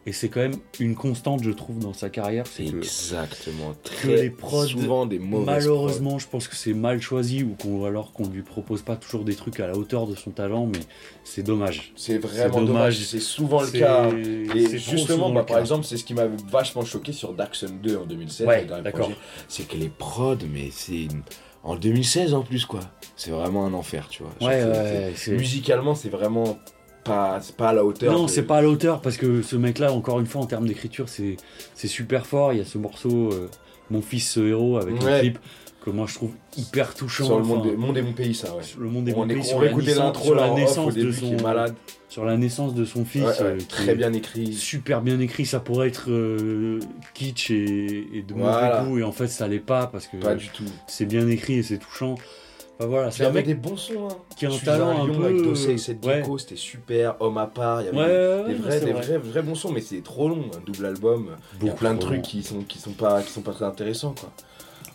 [SPEAKER 4] et c'est quand même une constante, je trouve, dans sa carrière.
[SPEAKER 3] C'est
[SPEAKER 4] C'est que
[SPEAKER 3] exactement. Très
[SPEAKER 4] les prods,
[SPEAKER 3] souvent des mauvaises
[SPEAKER 4] malheureusement, je pense que c'est mal choisi, ou qu'on alors qu'on lui propose pas toujours des trucs à la hauteur de son talent, mais c'est dommage.
[SPEAKER 3] prods. C'est
[SPEAKER 4] c'est
[SPEAKER 3] vraiment
[SPEAKER 4] dommage.
[SPEAKER 3] dommage. C'est souvent le
[SPEAKER 4] C'est-
[SPEAKER 3] cas.
[SPEAKER 4] c'est trop
[SPEAKER 3] Et justement,
[SPEAKER 4] souvent
[SPEAKER 3] bah,
[SPEAKER 4] le
[SPEAKER 3] par
[SPEAKER 4] cas.
[SPEAKER 3] exemple, c'est ce qui m'avait vachement choqué sur Dark Sun 2 en 2016.
[SPEAKER 4] Ouais,
[SPEAKER 3] le dernier
[SPEAKER 4] d'accord.
[SPEAKER 3] projet, C'est que les prods, mais c'est une- en 2016 en plus, quoi. C'est vraiment un enfer, tu vois.
[SPEAKER 4] Ouais,
[SPEAKER 3] Surtout,
[SPEAKER 4] ouais,
[SPEAKER 3] c'est-
[SPEAKER 4] c'est-
[SPEAKER 3] Musicalement, c'est vraiment pas, c'est pas à la hauteur.
[SPEAKER 4] Non,
[SPEAKER 3] de-
[SPEAKER 4] c'est pas à l'auteur parce que ce mec-là, encore une fois, en termes d'écriture, c'est c'est super fort. Il y a ce morceau, euh, Mon fils, ce héros, avec
[SPEAKER 3] Ouais.
[SPEAKER 4] un clip que moi je trouve hyper touchant.
[SPEAKER 3] Sur le monde,
[SPEAKER 4] Enfin,
[SPEAKER 3] des- monde et mon pays, ça, ouais.
[SPEAKER 4] le monde est
[SPEAKER 3] On,
[SPEAKER 4] groupé
[SPEAKER 3] écoute-
[SPEAKER 4] sur
[SPEAKER 3] on
[SPEAKER 4] la
[SPEAKER 3] écoutait
[SPEAKER 4] naissance-
[SPEAKER 3] l'intro
[SPEAKER 4] sur
[SPEAKER 3] là
[SPEAKER 4] la
[SPEAKER 3] en off
[SPEAKER 4] naissance
[SPEAKER 3] au
[SPEAKER 4] de
[SPEAKER 3] début qui
[SPEAKER 4] son
[SPEAKER 3] est malade.
[SPEAKER 4] sur la naissance de son fils
[SPEAKER 3] Ouais, ouais,
[SPEAKER 4] euh, qui
[SPEAKER 3] très
[SPEAKER 4] est
[SPEAKER 3] bien écrit.
[SPEAKER 4] super bien écrit ça pourrait être euh, kitsch et, et de mauvais
[SPEAKER 3] Voilà.
[SPEAKER 4] goût et en fait ça l'est pas parce que
[SPEAKER 3] Pas du tout.
[SPEAKER 4] c'est bien écrit et c'est touchant Enfin, voilà,
[SPEAKER 3] Il
[SPEAKER 4] c'est
[SPEAKER 3] y
[SPEAKER 4] un
[SPEAKER 3] avait
[SPEAKER 4] mec
[SPEAKER 3] des bons sons. Hein.
[SPEAKER 4] qui a un
[SPEAKER 3] Suzanne
[SPEAKER 4] talent un
[SPEAKER 3] Lyon
[SPEAKER 4] peu.
[SPEAKER 3] Avec Dossé et Seth
[SPEAKER 4] ouais.
[SPEAKER 3] Gecko, c'était super. Homme à part. Il y
[SPEAKER 4] Ouais,
[SPEAKER 3] avait
[SPEAKER 4] ouais,
[SPEAKER 3] des,
[SPEAKER 4] ouais,
[SPEAKER 3] vrais,
[SPEAKER 4] c'est
[SPEAKER 3] des
[SPEAKER 4] vrai.
[SPEAKER 3] vrais, vrais bons sons, mais c'est trop long. Un double album. Il y a plein de
[SPEAKER 4] trop
[SPEAKER 3] trucs
[SPEAKER 4] long.
[SPEAKER 3] qui sont, qui sont, pas, qui sont pas très intéressants. Quoi.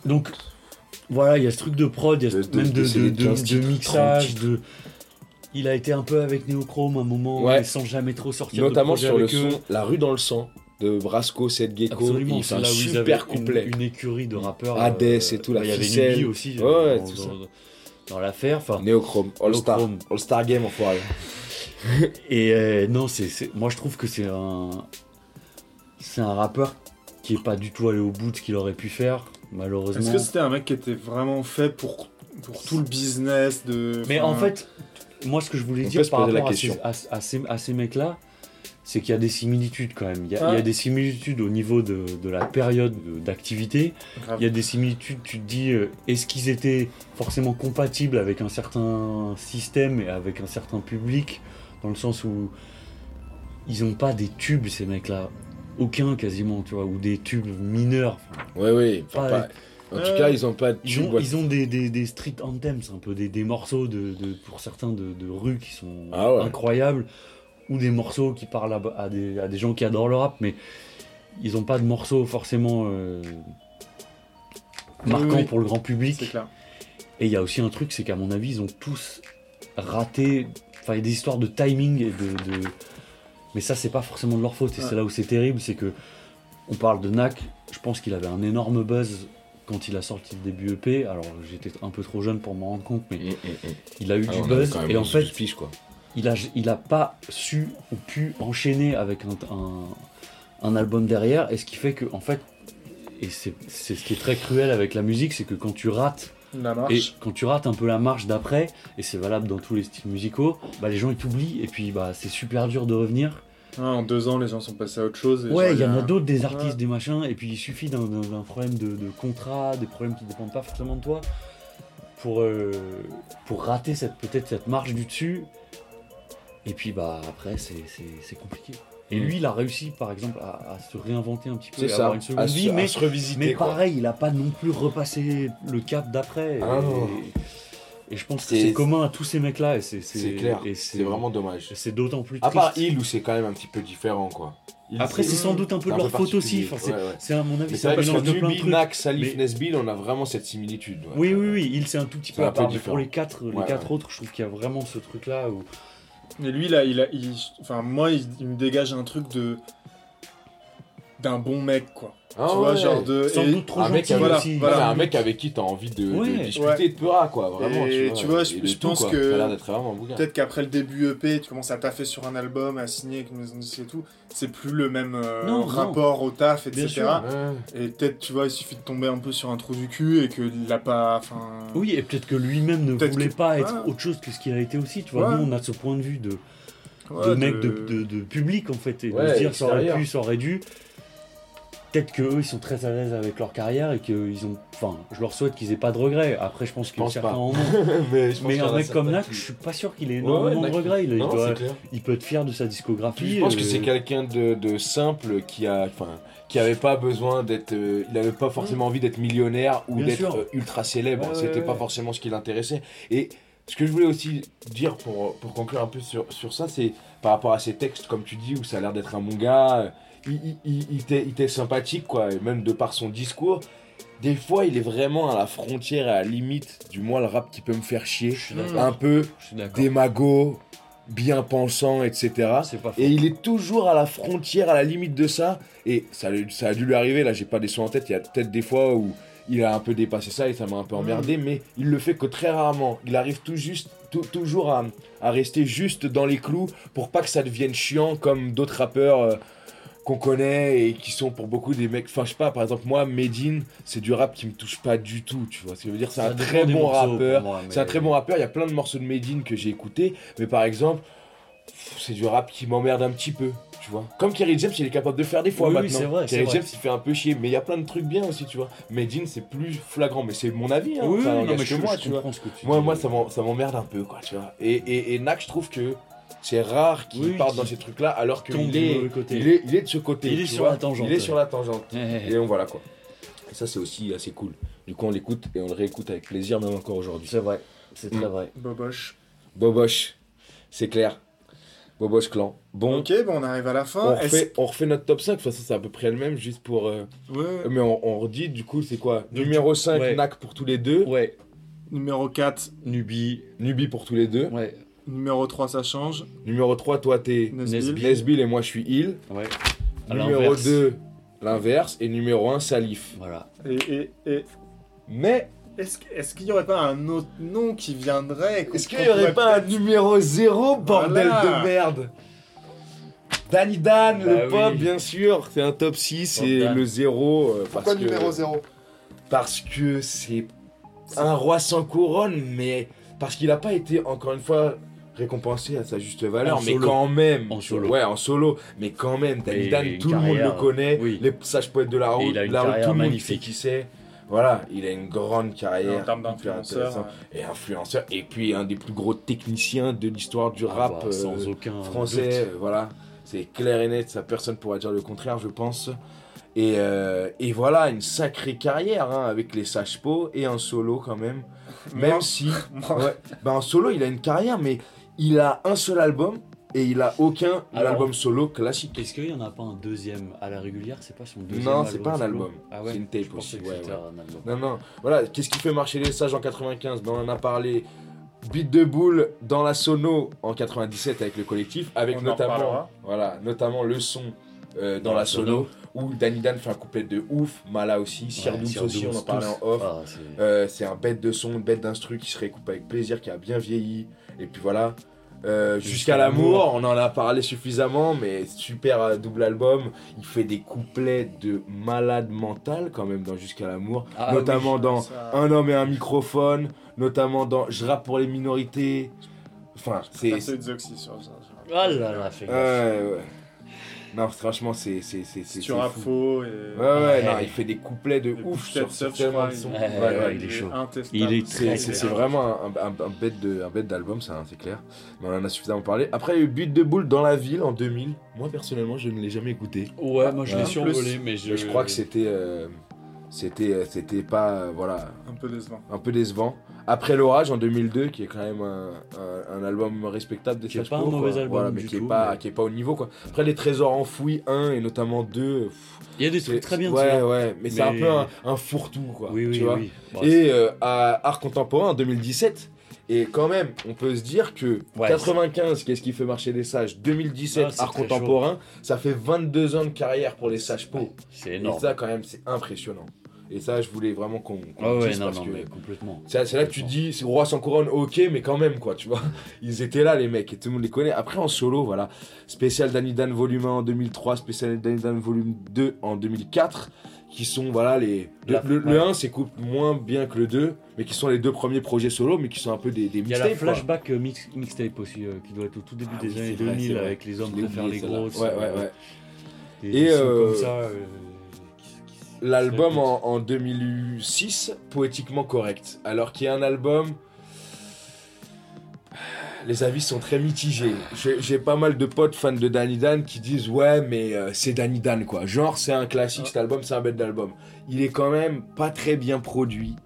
[SPEAKER 4] Donc voilà, il y a ce truc de prod, il y a ce-
[SPEAKER 3] De- de-
[SPEAKER 4] même de,
[SPEAKER 3] de- c'est
[SPEAKER 4] de-
[SPEAKER 3] des
[SPEAKER 4] de-
[SPEAKER 3] 15
[SPEAKER 4] de
[SPEAKER 3] titres,
[SPEAKER 4] mixage,
[SPEAKER 3] 30
[SPEAKER 4] de. Il a été un peu avec Neochrome un moment,
[SPEAKER 3] Ouais.
[SPEAKER 4] mais sans jamais trop sortir. de
[SPEAKER 3] Notamment
[SPEAKER 4] projet
[SPEAKER 3] sur le
[SPEAKER 4] avec eux.
[SPEAKER 3] son La rue dans le sang de Brasco, Seth Gecko.
[SPEAKER 4] Absolument,
[SPEAKER 3] Il fait
[SPEAKER 4] c'est
[SPEAKER 3] un
[SPEAKER 4] là où ils
[SPEAKER 3] super
[SPEAKER 4] avaient
[SPEAKER 3] couplet.
[SPEAKER 4] Une, une écurie de rappeurs. euh,
[SPEAKER 3] Hades et tout, la
[SPEAKER 4] Il y avait
[SPEAKER 3] ficelle.
[SPEAKER 4] Nubi aussi
[SPEAKER 3] Ouais,
[SPEAKER 4] euh,
[SPEAKER 3] ouais,
[SPEAKER 4] dans,
[SPEAKER 3] tout ça.
[SPEAKER 4] dans- dans l'affaire. Enfin,
[SPEAKER 3] Neochrome, All Star,
[SPEAKER 4] Neochrome.
[SPEAKER 3] All Star Game enfoiré.
[SPEAKER 4] et euh, non, c'est, c'est- moi je trouve que c'est un, c'est un rappeur qui est pas du tout allé au bout de ce qu'il aurait pu faire, malheureusement.
[SPEAKER 2] Est-ce que c'était un mec qui était vraiment fait pour, pour tout le business de.
[SPEAKER 4] Mais
[SPEAKER 2] enfin,
[SPEAKER 4] en fait, moi, ce que je voulais
[SPEAKER 3] on
[SPEAKER 4] dire
[SPEAKER 3] peut se
[SPEAKER 4] par
[SPEAKER 3] poser la
[SPEAKER 4] rapport à ces,
[SPEAKER 3] question.
[SPEAKER 4] à- à ces- à ces mecs-là, c'est qu'il y a des similitudes quand même. Il y a,
[SPEAKER 2] Ah.
[SPEAKER 4] il y a des similitudes au niveau de, de la période de- d'activité.
[SPEAKER 2] grave.
[SPEAKER 4] Il y a des similitudes, tu te dis, euh, est-ce qu'ils étaient forcément compatibles avec un certain système et avec un certain public Dans le sens où ils n'ont pas des tubes, ces mecs-là. Aucun quasiment, tu vois, ou des tubes mineurs.
[SPEAKER 3] Ouais, ouais. enfin,
[SPEAKER 4] Ouais.
[SPEAKER 3] pas- En tout
[SPEAKER 2] Euh,
[SPEAKER 3] cas, ils ont pas de
[SPEAKER 4] Ils
[SPEAKER 3] tube.
[SPEAKER 4] ont,
[SPEAKER 3] ouais.
[SPEAKER 4] ils ont des, des, des street anthems, un peu des, des morceaux de, de- pour certains de, de rue qui sont
[SPEAKER 3] Ah ouais.
[SPEAKER 4] incroyables, ou des morceaux qui parlent à, à des, à des gens qui adorent le rap, mais ils n'ont pas de morceaux forcément euh,
[SPEAKER 2] Oui,
[SPEAKER 4] marquants
[SPEAKER 2] oui.
[SPEAKER 4] pour le grand
[SPEAKER 2] C'est
[SPEAKER 4] public.
[SPEAKER 2] clair.
[SPEAKER 4] Et il y a aussi un truc, c'est qu'à mon avis, ils ont tous raté. Enfin, il y a des histoires de timing et de. de- Mais ça, c'est pas forcément de leur faute. Et
[SPEAKER 2] Ouais.
[SPEAKER 4] c'est là où c'est terrible, c'est que. On parle de Nak. Je pense qu'il avait un énorme buzz quand il a sorti le début EP. Alors, j'étais un peu trop jeune pour m'en rendre compte, mais
[SPEAKER 3] Mm, mm, mm.
[SPEAKER 4] il a eu
[SPEAKER 3] Ah,
[SPEAKER 4] du
[SPEAKER 3] on avait
[SPEAKER 4] buzz.
[SPEAKER 3] quand même
[SPEAKER 4] Et en
[SPEAKER 3] une
[SPEAKER 4] fait,
[SPEAKER 3] fiche, quoi.
[SPEAKER 4] il a, il a pas su ou pu enchaîner avec un, un- un album derrière, et ce qui fait que, en fait, et c'est c'est ce qui est très cruel avec la musique, c'est que quand tu rates,
[SPEAKER 2] La
[SPEAKER 4] et
[SPEAKER 2] marche.
[SPEAKER 4] quand tu rates un peu la marche d'après, et c'est valable dans tous les styles musicaux, bah les gens ils t'oublient, et puis bah c'est super dur de revenir.
[SPEAKER 2] Ah, en deux ans, les gens sont passés à autre chose. et
[SPEAKER 4] Ouais,
[SPEAKER 2] genre,
[SPEAKER 4] il y en a
[SPEAKER 3] hein.
[SPEAKER 2] un-
[SPEAKER 4] d'autres, des artistes, des machins, et puis il suffit d'un- d'un d'un problème de, de contrat, des problèmes qui dépendent pas forcément de toi, pour, euh, pour rater cette peut-être cette marche du dessus. Et puis bah après c'est- c'est c'est compliqué. Et lui il a réussi par exemple à, à se réinventer un petit peu,
[SPEAKER 3] Mm. C'est
[SPEAKER 4] et à
[SPEAKER 3] ça,
[SPEAKER 4] avoir une
[SPEAKER 3] à
[SPEAKER 4] seconde
[SPEAKER 3] se,
[SPEAKER 4] vie,
[SPEAKER 3] à
[SPEAKER 4] mais,
[SPEAKER 3] se revisiter.
[SPEAKER 4] mais
[SPEAKER 3] quoi.
[SPEAKER 4] pareil il a pas non plus repassé le cap d'après.
[SPEAKER 3] Ah
[SPEAKER 4] et,
[SPEAKER 3] non.
[SPEAKER 4] et je pense que
[SPEAKER 3] C'est-
[SPEAKER 4] c'est commun à tous ces mecs là et c'est
[SPEAKER 3] C'est clair,
[SPEAKER 4] et
[SPEAKER 3] c'est vraiment dommage.
[SPEAKER 4] et c'est d'autant plus
[SPEAKER 3] À
[SPEAKER 4] triste.
[SPEAKER 3] part il où c'est quand même un petit peu différent, quoi. Il,
[SPEAKER 4] Après c'est sans doute un peu
[SPEAKER 3] c'est
[SPEAKER 4] de
[SPEAKER 3] un
[SPEAKER 4] leur
[SPEAKER 3] peu
[SPEAKER 4] faute aussi,
[SPEAKER 3] particulier.
[SPEAKER 4] enfin, c'est-
[SPEAKER 3] Ouais, ouais.
[SPEAKER 4] c'est à mon avis
[SPEAKER 3] Mais
[SPEAKER 4] c'est
[SPEAKER 3] c'est
[SPEAKER 4] un
[SPEAKER 3] vrai parce
[SPEAKER 4] mélange de
[SPEAKER 3] que
[SPEAKER 4] plein de
[SPEAKER 3] Nubi,
[SPEAKER 4] trucs.
[SPEAKER 3] Nak, Salif,
[SPEAKER 4] mais-
[SPEAKER 3] Nesbill, on a vraiment cette similitude. ouais.
[SPEAKER 4] Oui, oui, oui, il c'est un tout petit
[SPEAKER 3] C'est
[SPEAKER 4] peu
[SPEAKER 3] un
[SPEAKER 4] à
[SPEAKER 3] peu
[SPEAKER 4] part, mais
[SPEAKER 3] différent.
[SPEAKER 4] pour les quatre, les
[SPEAKER 3] Ouais,
[SPEAKER 4] quatre
[SPEAKER 3] ouais.
[SPEAKER 4] autres, je trouve qu'il y a vraiment ce truc-là où.
[SPEAKER 2] Mais lui, là, il a. il- Enfin, moi, il, il me dégage un truc de. d'un bon mec, quoi.
[SPEAKER 3] Ah
[SPEAKER 2] tu vois,
[SPEAKER 3] ouais.
[SPEAKER 2] genre de.
[SPEAKER 4] Sans
[SPEAKER 2] et-
[SPEAKER 4] doute trop
[SPEAKER 3] un mec
[SPEAKER 4] gentil
[SPEAKER 3] qui- voilà,
[SPEAKER 4] aussi.
[SPEAKER 2] voilà,
[SPEAKER 3] Ouais, un mec avec qui t'as envie de, de
[SPEAKER 4] Ouais.
[SPEAKER 3] discuter
[SPEAKER 2] Ouais.
[SPEAKER 3] de peur, quoi, vraiment.
[SPEAKER 2] Et tu vois, je-
[SPEAKER 3] et de
[SPEAKER 2] je
[SPEAKER 3] tout,
[SPEAKER 2] pense
[SPEAKER 3] quoi.
[SPEAKER 2] que-
[SPEAKER 3] Ça a l'air d'être vraiment un bouquin.
[SPEAKER 2] Peut-être qu'après le début EP, tu commences à taffer sur un album, à signer avec une maison de disques et tout. C'est plus le même euh,
[SPEAKER 4] Non, non.
[SPEAKER 2] rapport au taf,
[SPEAKER 4] Bien
[SPEAKER 2] etc.
[SPEAKER 4] sûr.
[SPEAKER 2] Et peut-être, tu vois, il suffit de tomber un peu sur un trou du cul et qu'il a pas. Enfin.
[SPEAKER 4] Oui, et peut-être que lui-même ne
[SPEAKER 2] Peut-être
[SPEAKER 4] voulait
[SPEAKER 2] que-
[SPEAKER 4] pas être
[SPEAKER 2] Ouais.
[SPEAKER 4] autre chose que ce qu'il a été aussi. Tu vois,
[SPEAKER 2] Ouais.
[SPEAKER 4] nous, on a ce point de vue de,
[SPEAKER 2] ouais,
[SPEAKER 4] de mec de, de- de public, en fait, et de
[SPEAKER 3] Ouais,
[SPEAKER 4] se dire ça aurait
[SPEAKER 3] extérieur.
[SPEAKER 4] pu, ça aurait dû. Peut-être qu'eux, ils sont très à l'aise avec leur carrière et qu'ils ont. Enfin, je leur souhaite qu'ils aient pas de regrets. Après, je pense que
[SPEAKER 3] pense
[SPEAKER 4] certains
[SPEAKER 3] pas.
[SPEAKER 4] en ont.
[SPEAKER 3] mais je pense
[SPEAKER 4] Mais
[SPEAKER 3] qu'il y en
[SPEAKER 4] un
[SPEAKER 3] a
[SPEAKER 4] mec comme
[SPEAKER 3] certains
[SPEAKER 4] Nak,
[SPEAKER 3] qui-
[SPEAKER 4] je suis pas sûr qu'il
[SPEAKER 3] Ouais,
[SPEAKER 4] ait
[SPEAKER 3] ouais,
[SPEAKER 4] énormément
[SPEAKER 3] Nak,
[SPEAKER 4] de regrets. Il, a- il
[SPEAKER 3] Non,
[SPEAKER 4] doit-
[SPEAKER 3] c'est clair.
[SPEAKER 4] il peut être fier de sa discographie.
[SPEAKER 3] Puis je pense que
[SPEAKER 4] euh,
[SPEAKER 3] c'est quelqu'un de, de simple qui a, enfin, qui avait pas besoin d'être, euh, il avait pas forcément envie d'être millionnaire ou
[SPEAKER 4] Bien sûr.
[SPEAKER 3] d'être euh, ultra célèbre.
[SPEAKER 4] Ouais,
[SPEAKER 3] C'était
[SPEAKER 4] ouais,
[SPEAKER 3] pas
[SPEAKER 4] ouais.
[SPEAKER 3] forcément ce qui l'intéressait. Et ce que je voulais aussi dire pour, pour conclure un peu sur, sur ça, c'est par rapport à ces textes, comme tu dis, où ça a l'air d'être un manga. euh, il, il, il, il t'est- il t'est sympathique, quoi, et même de par son discours. Des fois, il est vraiment à la frontière, à la limite, du moins le rap qui peut me faire chier.
[SPEAKER 4] Je suis
[SPEAKER 3] Un
[SPEAKER 4] d'accord.
[SPEAKER 3] peu
[SPEAKER 4] Je suis d'accord.
[SPEAKER 3] démago, bien pensant, etc.
[SPEAKER 4] Ah, C'est pas faux.
[SPEAKER 3] Et il est toujours à la frontière, à la limite de ça. Et ça, a- ça a dû lui arriver, là j'ai pas des sons en tête, il y a peut-être des fois où il a un peu dépassé ça et ça m'a un peu
[SPEAKER 4] Mm.
[SPEAKER 3] emmerdé, mais il le fait que très rarement. Il arrive tout juste, tout- toujours à, à rester juste dans les clous pour pas que ça devienne chiant comme d'autres rappeurs euh, qu'on connaît et qui sont pour beaucoup des mecs. Enfin, je sais pas, par exemple, moi, Medine, c'est du rap qui me touche pas du tout, tu vois. Ce qui veut dire, c'est
[SPEAKER 4] Ça
[SPEAKER 3] un
[SPEAKER 4] dépend
[SPEAKER 3] très
[SPEAKER 4] des
[SPEAKER 3] bon
[SPEAKER 4] morceaux, pour
[SPEAKER 3] rappeur,
[SPEAKER 4] moi,
[SPEAKER 3] c'est un
[SPEAKER 4] mais-
[SPEAKER 3] très bon rappeur, il y a plein de morceaux de Medine que j'ai écoutés, mais par exemple, pff, c'est du rap qui m'emmerde un petit peu, tu vois. Comme Kerry James, il est capable de faire des fois
[SPEAKER 4] Oui, oui,
[SPEAKER 3] maintenant.
[SPEAKER 4] c'est vrai, c'est
[SPEAKER 3] Kerry
[SPEAKER 4] vrai.
[SPEAKER 3] James, il fait un peu chier, mais il y a plein de trucs bien aussi, tu vois. Medine, c'est plus flagrant, mais c'est mon avis, hein.
[SPEAKER 4] Oui,
[SPEAKER 3] ça
[SPEAKER 4] oui, non,
[SPEAKER 3] n'engage
[SPEAKER 4] mais
[SPEAKER 3] que
[SPEAKER 4] je,
[SPEAKER 3] moi,
[SPEAKER 4] je
[SPEAKER 3] tu vois.
[SPEAKER 4] comprends ce que tu
[SPEAKER 3] Moi,
[SPEAKER 4] dis.
[SPEAKER 3] moi ça m'en- ça m'emmerde un peu, quoi, tu vois. Et, et, et Nak, je trouve que c'est rare qu'il
[SPEAKER 4] Oui,
[SPEAKER 3] parte
[SPEAKER 4] qu'il
[SPEAKER 3] dans ces trucs-là, alors
[SPEAKER 4] tombe
[SPEAKER 3] qu'il
[SPEAKER 4] du
[SPEAKER 3] est,
[SPEAKER 4] mauvais côté.
[SPEAKER 3] il, est, il est de ce côté.
[SPEAKER 4] Il est
[SPEAKER 3] tu
[SPEAKER 4] sur
[SPEAKER 3] vois.
[SPEAKER 4] la tangente,
[SPEAKER 3] Il est
[SPEAKER 4] ouais.
[SPEAKER 3] sur la tangente.
[SPEAKER 4] Eh, eh.
[SPEAKER 3] Et donc voilà, quoi.
[SPEAKER 5] Et ça, c'est aussi assez cool. Du coup, on l'écoute et on le réécoute avec plaisir, même encore aujourd'hui.
[SPEAKER 4] C'est vrai, c'est
[SPEAKER 3] Mm.
[SPEAKER 4] très vrai.
[SPEAKER 2] Boboche.
[SPEAKER 5] Boboche, c'est clair. Boboche Clan. Bon,
[SPEAKER 2] Ok, ben on arrive à la
[SPEAKER 3] On
[SPEAKER 2] fin. Est-ce-
[SPEAKER 3] refait, on refait notre top 5, de toute façon c'est à peu près le même, juste pour... euh,
[SPEAKER 2] Ouais.
[SPEAKER 3] Mais on, on redit, du coup c'est quoi
[SPEAKER 4] Donc,
[SPEAKER 3] Numéro 5,
[SPEAKER 4] ouais.
[SPEAKER 3] NAC pour tous les deux,
[SPEAKER 4] Ouais,
[SPEAKER 2] Numéro 4,
[SPEAKER 4] Nubi,
[SPEAKER 3] Nubi pour tous les deux.
[SPEAKER 4] ouais,
[SPEAKER 2] numéro 3, ça change.
[SPEAKER 3] Numéro 3, toi t'es
[SPEAKER 2] Nesbill.
[SPEAKER 4] Nesbill.
[SPEAKER 3] Nesbill et moi je suis Il.
[SPEAKER 4] ouais. À
[SPEAKER 3] Numéro
[SPEAKER 4] l'inverse.
[SPEAKER 3] 2, l'inverse. Et numéro 1, Salif.
[SPEAKER 4] Voilà.
[SPEAKER 2] Et, et, et
[SPEAKER 3] Mais
[SPEAKER 2] est-ce que- est-ce qu'il n'y aurait pas un autre nom qui viendrait qu'on-
[SPEAKER 3] est-ce qu'il
[SPEAKER 2] qu'on
[SPEAKER 3] n'y aurait
[SPEAKER 2] pourrait
[SPEAKER 3] pas un numéro 0, bordel
[SPEAKER 2] Voilà.
[SPEAKER 3] de merde Danny Dan,
[SPEAKER 4] Bah
[SPEAKER 3] le pop,
[SPEAKER 4] oui.
[SPEAKER 3] bien sûr, c'est un top 6
[SPEAKER 4] Pop
[SPEAKER 3] et
[SPEAKER 4] Dan.
[SPEAKER 3] le 0. euh, parce
[SPEAKER 1] Pourquoi
[SPEAKER 3] que-
[SPEAKER 1] numéro 0
[SPEAKER 3] Parce que c'est un roi sans couronne, mais parce qu'il n'a pas été, encore une fois, récompensé à sa juste valeur,
[SPEAKER 4] En
[SPEAKER 3] mais
[SPEAKER 4] solo.
[SPEAKER 3] quand même.
[SPEAKER 4] En solo.
[SPEAKER 3] Ouais, en solo, mais quand même. Danny
[SPEAKER 4] Et
[SPEAKER 3] Dan,
[SPEAKER 4] une
[SPEAKER 3] tout le monde
[SPEAKER 4] carrière,
[SPEAKER 3] le connaît.
[SPEAKER 4] oui.
[SPEAKER 3] Les sages poètes de la route,
[SPEAKER 4] il a une
[SPEAKER 3] la route,
[SPEAKER 4] carrière
[SPEAKER 3] tout le monde sait
[SPEAKER 4] magnifique.
[SPEAKER 3] qui c'est. Voilà, il a une grande carrière.
[SPEAKER 2] En termes euh,
[SPEAKER 3] hyper
[SPEAKER 2] d'influenceur.
[SPEAKER 3] intéressante. Et influenceur, et puis un des plus gros techniciens de l'histoire du
[SPEAKER 4] Ah,
[SPEAKER 3] rap
[SPEAKER 4] bah, sans
[SPEAKER 3] euh,
[SPEAKER 4] aucun
[SPEAKER 3] français.
[SPEAKER 4] doute.
[SPEAKER 3] euh, voilà, c'est clair et net, ça personne pourra dire le contraire, je pense. Et, euh, et voilà, une sacrée carrière hein, avec les sages po et en solo quand même. Même
[SPEAKER 2] Moi-
[SPEAKER 3] si,
[SPEAKER 2] moi-
[SPEAKER 3] ouais, bah, en solo, il a une carrière, mais il a un seul album et il a aucun
[SPEAKER 4] Alors-
[SPEAKER 3] album solo classique.
[SPEAKER 4] Est-ce qu'il n'y en a pas un deuxième à la régulière C'est pas son deuxième
[SPEAKER 3] Non,
[SPEAKER 4] album
[SPEAKER 3] c'est pas un
[SPEAKER 4] solo
[SPEAKER 3] album.
[SPEAKER 4] Ah ouais
[SPEAKER 3] C'est une
[SPEAKER 4] Je
[SPEAKER 3] tape
[SPEAKER 4] pensais
[SPEAKER 3] aussi.
[SPEAKER 4] que
[SPEAKER 3] ouais,
[SPEAKER 4] c'était
[SPEAKER 3] ouais.
[SPEAKER 4] un album.
[SPEAKER 3] Non, non. Voilà, qu'est-ce qui fait marcher les sages en 95 Ben, On en a parlé. Beat de boule dans la sono en 97 avec le collectif, avec
[SPEAKER 2] On en
[SPEAKER 3] notamment,
[SPEAKER 2] reparlera.
[SPEAKER 3] voilà, notamment le son euh, dans, la sono, où Danny Dan fait un couplet de ouf, Mala aussi, Sir
[SPEAKER 4] Ouais,
[SPEAKER 3] Dooms
[SPEAKER 4] Sir
[SPEAKER 3] aussi, on en
[SPEAKER 4] Dooms,
[SPEAKER 3] parlait en
[SPEAKER 4] tous.
[SPEAKER 3] off.
[SPEAKER 4] Ah, c'est-
[SPEAKER 3] Euh, c'est un bête de son, une bête d'instru qui se récoupe avec plaisir, qui a bien vieilli. Et puis voilà. Euh, Jusqu'à
[SPEAKER 4] Jusqu'à
[SPEAKER 3] l'amour, on en a parlé suffisamment, mais super euh, double album. Il fait des couplets de malade mental quand même dans Jusqu'à l'amour,
[SPEAKER 4] Ah
[SPEAKER 3] notamment dans
[SPEAKER 2] Ça-
[SPEAKER 3] Un homme et un microphone, notamment dans Je rappe pour les minorités. Enfin, c'est.
[SPEAKER 2] ça, c'est Zoxy sur ça.
[SPEAKER 3] Oh
[SPEAKER 4] Ah là là, fais gaffe.
[SPEAKER 3] Ouais, ouais. Non, franchement, c'est. c'est- c'est- c'est-
[SPEAKER 2] Sur
[SPEAKER 3] c'est
[SPEAKER 2] un
[SPEAKER 3] fou.
[SPEAKER 2] faux et.
[SPEAKER 3] Ouais, ouais,
[SPEAKER 4] Ouais.
[SPEAKER 3] non, il fait des couplets de
[SPEAKER 2] et
[SPEAKER 3] ouf
[SPEAKER 2] puis
[SPEAKER 3] sur
[SPEAKER 2] Ted
[SPEAKER 3] sur
[SPEAKER 2] Seuf, je
[SPEAKER 3] tellement de
[SPEAKER 2] crois,
[SPEAKER 3] sons.
[SPEAKER 2] il-
[SPEAKER 4] Ouais,
[SPEAKER 3] Ouais,
[SPEAKER 4] ouais, il est chaud.
[SPEAKER 2] intestable.
[SPEAKER 4] Il est
[SPEAKER 3] C'est-
[SPEAKER 4] très,
[SPEAKER 3] C'est
[SPEAKER 4] très
[SPEAKER 3] c'est
[SPEAKER 4] bien.
[SPEAKER 3] vraiment un, un, un- un bête de- un bête d'album, ça, hein, c'est clair. Mais on en a suffisamment parlé. Après, il y a eu But de Boule dans la ville en 2000. Moi, personnellement, je ne l'ai jamais écouté.
[SPEAKER 4] Ouais, moi je
[SPEAKER 3] Ouais.
[SPEAKER 4] l'ai
[SPEAKER 2] Plus.
[SPEAKER 4] survolé, mais je.
[SPEAKER 3] Mais je crois que c'était. euh, c'était euh, c'était pas. euh, voilà,
[SPEAKER 2] Un peu décevant.
[SPEAKER 3] un peu décevant. Après l'orage en 2002, qui est quand même un, un- un album respectable des
[SPEAKER 4] Qui est
[SPEAKER 3] Slash
[SPEAKER 4] pas un
[SPEAKER 3] Pro, quoi.
[SPEAKER 4] mauvais album
[SPEAKER 3] Voilà, mais
[SPEAKER 4] du
[SPEAKER 3] qui est
[SPEAKER 4] tout,
[SPEAKER 3] pas
[SPEAKER 4] mais-
[SPEAKER 3] qui est pas au niveau quoi. Après les trésors enfouis 1 et notamment 2. pff,
[SPEAKER 4] Il y a des trucs
[SPEAKER 3] c'est-
[SPEAKER 4] très bien.
[SPEAKER 3] Ouais
[SPEAKER 4] dessus.
[SPEAKER 3] ouais, mais, c'est un
[SPEAKER 4] Mais-
[SPEAKER 3] peu un, un fourre-tout quoi.
[SPEAKER 4] Oui,
[SPEAKER 3] tu
[SPEAKER 4] oui,
[SPEAKER 3] vois
[SPEAKER 4] oui. Bah, Bon,
[SPEAKER 3] et euh, à Art Contemporain en 2017. Et quand même, on peut se dire que
[SPEAKER 4] Ouais,
[SPEAKER 3] 95, qu'est-ce qui fait marcher les sages 2017,
[SPEAKER 4] Ah, c'est
[SPEAKER 3] Art
[SPEAKER 4] très
[SPEAKER 3] Contemporain, ça fait 22 ans de carrière pour les sages
[SPEAKER 4] c'est-
[SPEAKER 3] po.
[SPEAKER 4] C'est
[SPEAKER 3] et
[SPEAKER 4] énorme.
[SPEAKER 3] ça, quand même, c'est impressionnant. Et ça, je voulais vraiment qu'on qu'on
[SPEAKER 4] Ah ouais,
[SPEAKER 3] dise
[SPEAKER 4] non,
[SPEAKER 3] parce
[SPEAKER 4] non,
[SPEAKER 3] que
[SPEAKER 4] mais complètement.
[SPEAKER 3] c'est c'est là que tu te dis, c'est roi sans couronne, ok, mais quand même, quoi, tu vois.
[SPEAKER 4] Mm.
[SPEAKER 3] Ils étaient là, les mecs, et tout le monde les connaît. Après, en solo, voilà. Spécial Danny Dan volume 1 en 2003, spécial Danny Dan volume 2 en 2004, qui sont, voilà, les. Le,
[SPEAKER 4] La-
[SPEAKER 3] le- le
[SPEAKER 4] ouais.
[SPEAKER 3] 1 s'écoute moins bien que le 2, mais qui sont les deux premiers projets solo, mais qui sont un peu des, des
[SPEAKER 4] Il y a la
[SPEAKER 3] mixtapes, quoi.
[SPEAKER 4] flashback euh, mix- mixtape aussi, euh, qui doit être au tout début
[SPEAKER 3] Ah
[SPEAKER 4] des
[SPEAKER 3] oui,
[SPEAKER 4] années
[SPEAKER 3] c'est vrai,
[SPEAKER 4] 2000
[SPEAKER 3] c'est vrai.
[SPEAKER 4] avec les hommes
[SPEAKER 3] Je l'ai
[SPEAKER 4] préfèrent les
[SPEAKER 3] oublié, celle-là.
[SPEAKER 4] grosses.
[SPEAKER 3] Ouais, ouais,
[SPEAKER 4] euh,
[SPEAKER 3] ouais.
[SPEAKER 4] des-
[SPEAKER 3] Et,
[SPEAKER 4] des sons
[SPEAKER 3] euh,
[SPEAKER 4] comme ça. euh, qui- qui- qui-
[SPEAKER 3] L'album
[SPEAKER 4] qui-
[SPEAKER 3] en, en 2006, poétiquement correct. Alors qu'il y a un album. Les avis sont très mitigés. J'ai j'ai pas mal de potes fans de Danny Dan qui disent Ouais, mais euh, c'est Danny Dan quoi. Genre, c'est un
[SPEAKER 4] Ah.
[SPEAKER 3] classique cet album, c'est un bête d'album. Il est quand même pas très bien produit.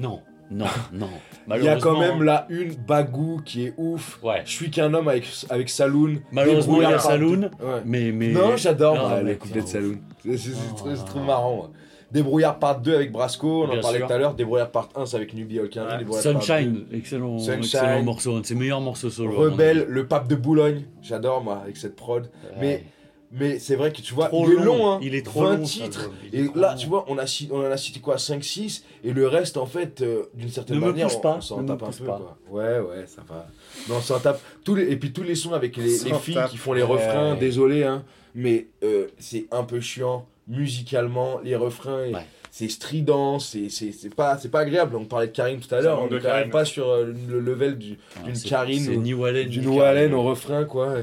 [SPEAKER 4] Non, non, non.
[SPEAKER 3] Il y a quand
[SPEAKER 4] Malheureusement, hein.
[SPEAKER 3] même la une Bagou qui est ouf.
[SPEAKER 4] Ouais.
[SPEAKER 3] Je suis qu'un homme avec, avec Saloon.
[SPEAKER 4] Malheureusement, il y a
[SPEAKER 3] Débrouillard.
[SPEAKER 4] Saloon,
[SPEAKER 3] Ouais.
[SPEAKER 4] mais. mais...
[SPEAKER 3] Non, j'adore
[SPEAKER 4] Non,
[SPEAKER 3] moi,
[SPEAKER 4] mais
[SPEAKER 3] les couplets de
[SPEAKER 4] tiens,
[SPEAKER 3] Saloon. C'est c'est- c'est
[SPEAKER 4] Ah.
[SPEAKER 3] trop, c'est trop marrant. ouais. Débrouillard part 2 avec Brasco, on en
[SPEAKER 4] Bien
[SPEAKER 3] parlait
[SPEAKER 4] sûr.
[SPEAKER 3] tout à l'heure. Débrouillard part 1, c'est avec Nubie Holkari.
[SPEAKER 2] Ouais.
[SPEAKER 3] Débrouillard part
[SPEAKER 4] Sunshine, excellent,
[SPEAKER 3] Sunshine.
[SPEAKER 4] excellent morceau, un de ses meilleurs morceaux
[SPEAKER 3] deux.
[SPEAKER 4] solo. à mon
[SPEAKER 3] Rebelle,
[SPEAKER 4] avis.
[SPEAKER 3] le pape de Boulogne. J'adore, moi, avec cette prod. Mais- Mais c'est vrai que tu vois,
[SPEAKER 4] Trop
[SPEAKER 3] il est long, hein.
[SPEAKER 4] il est trop
[SPEAKER 3] 20
[SPEAKER 4] long. cet
[SPEAKER 3] titres.
[SPEAKER 4] album, il est
[SPEAKER 3] Et
[SPEAKER 4] trop
[SPEAKER 3] là,
[SPEAKER 4] long.
[SPEAKER 3] tu vois, on, a, ci- on en a cité quoi 5-6 Et le reste, en fait, euh, d'une certaine
[SPEAKER 4] Ne me
[SPEAKER 3] manière,
[SPEAKER 4] pousse
[SPEAKER 3] on-
[SPEAKER 4] pas,
[SPEAKER 3] on s'en
[SPEAKER 4] ne me
[SPEAKER 3] tape un
[SPEAKER 4] pousse
[SPEAKER 3] peu.
[SPEAKER 4] pas.
[SPEAKER 3] Quoi. Ouais, ouais, ça va. Non, on s'en tape. Tous les, et puis tous les sons avec les,
[SPEAKER 2] On
[SPEAKER 3] les
[SPEAKER 2] s'en
[SPEAKER 3] filles
[SPEAKER 2] tape.
[SPEAKER 3] qui font les refrains,
[SPEAKER 4] Ouais.
[SPEAKER 3] désolé, hein, mais euh, c'est un peu chiant musicalement. Les refrains, et-
[SPEAKER 4] Ouais.
[SPEAKER 3] c'est strident, c'est c'est- c'est pas, c'est pas agréable. On parlait de Karine tout à
[SPEAKER 2] Ça
[SPEAKER 3] l'heure, on
[SPEAKER 2] manque
[SPEAKER 3] n'est
[SPEAKER 2] de
[SPEAKER 3] quand même
[SPEAKER 2] Karine.
[SPEAKER 3] pas sur euh, le level du,
[SPEAKER 4] Ah,
[SPEAKER 3] d'une
[SPEAKER 4] c'est-
[SPEAKER 3] Karine
[SPEAKER 4] C'est
[SPEAKER 3] ou-
[SPEAKER 4] ni Wallen,
[SPEAKER 3] du
[SPEAKER 4] ni
[SPEAKER 3] Noalen
[SPEAKER 4] Karine.
[SPEAKER 3] au refrain, quoi.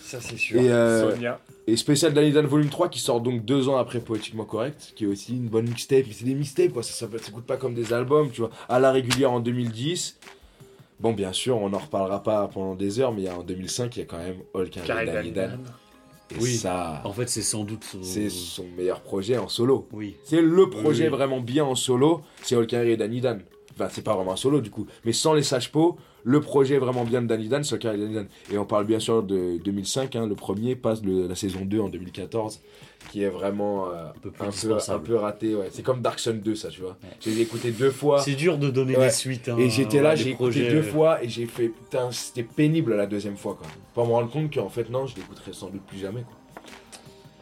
[SPEAKER 4] Ça, c'est sûr.
[SPEAKER 3] Et, euh,
[SPEAKER 2] Sonia.
[SPEAKER 3] et spécial Danny Dan Volume 3 qui sort donc deux ans après Poétiquement Correct, qui est aussi une bonne mixtape. Mais C'est des mixtapes, quoi. Ça, ça, peut- ça coûte pas comme des albums, tu vois. À la régulière en 2010. Bon, bien sûr, on en reparlera pas pendant des heures, mais il y a, en 2005, il y a quand même Hulk et
[SPEAKER 2] Carré
[SPEAKER 3] Danny Dan. Et
[SPEAKER 4] Oui.
[SPEAKER 3] ça,
[SPEAKER 4] En fait, c'est sans doute son.
[SPEAKER 3] c'est son meilleur projet en solo.
[SPEAKER 4] Oui.
[SPEAKER 3] C'est le projet
[SPEAKER 4] Oui.
[SPEAKER 3] vraiment bien en solo, c'est Holkari et Danny Dan. Enfin, c'est pas vraiment un solo du coup, mais sans les sages pots, le projet vraiment bien de Danny Dan, c'est Holkari et Danny Dan. Et on parle bien sûr de 2005, hein, le premier passe de la saison 2 en 2014, qui est vraiment euh,
[SPEAKER 4] peu plus
[SPEAKER 3] un, peu, un
[SPEAKER 4] indispensable.
[SPEAKER 3] peu raté. Ouais. C'est comme Dark Sun 2, ça, tu vois.
[SPEAKER 4] Ouais.
[SPEAKER 3] J'ai écouté deux fois.
[SPEAKER 4] C'est dur de donner
[SPEAKER 3] Ouais.
[SPEAKER 4] la suite. hein,
[SPEAKER 3] Et j'étais là,
[SPEAKER 4] à des
[SPEAKER 3] j'ai écouté
[SPEAKER 4] projets,
[SPEAKER 3] deux
[SPEAKER 4] euh,
[SPEAKER 3] fois et j'ai fait putain, c'était pénible la deuxième fois quoi. Pour me rendre compte qu'en fait, non, je l'écouterai sans doute plus jamais quoi.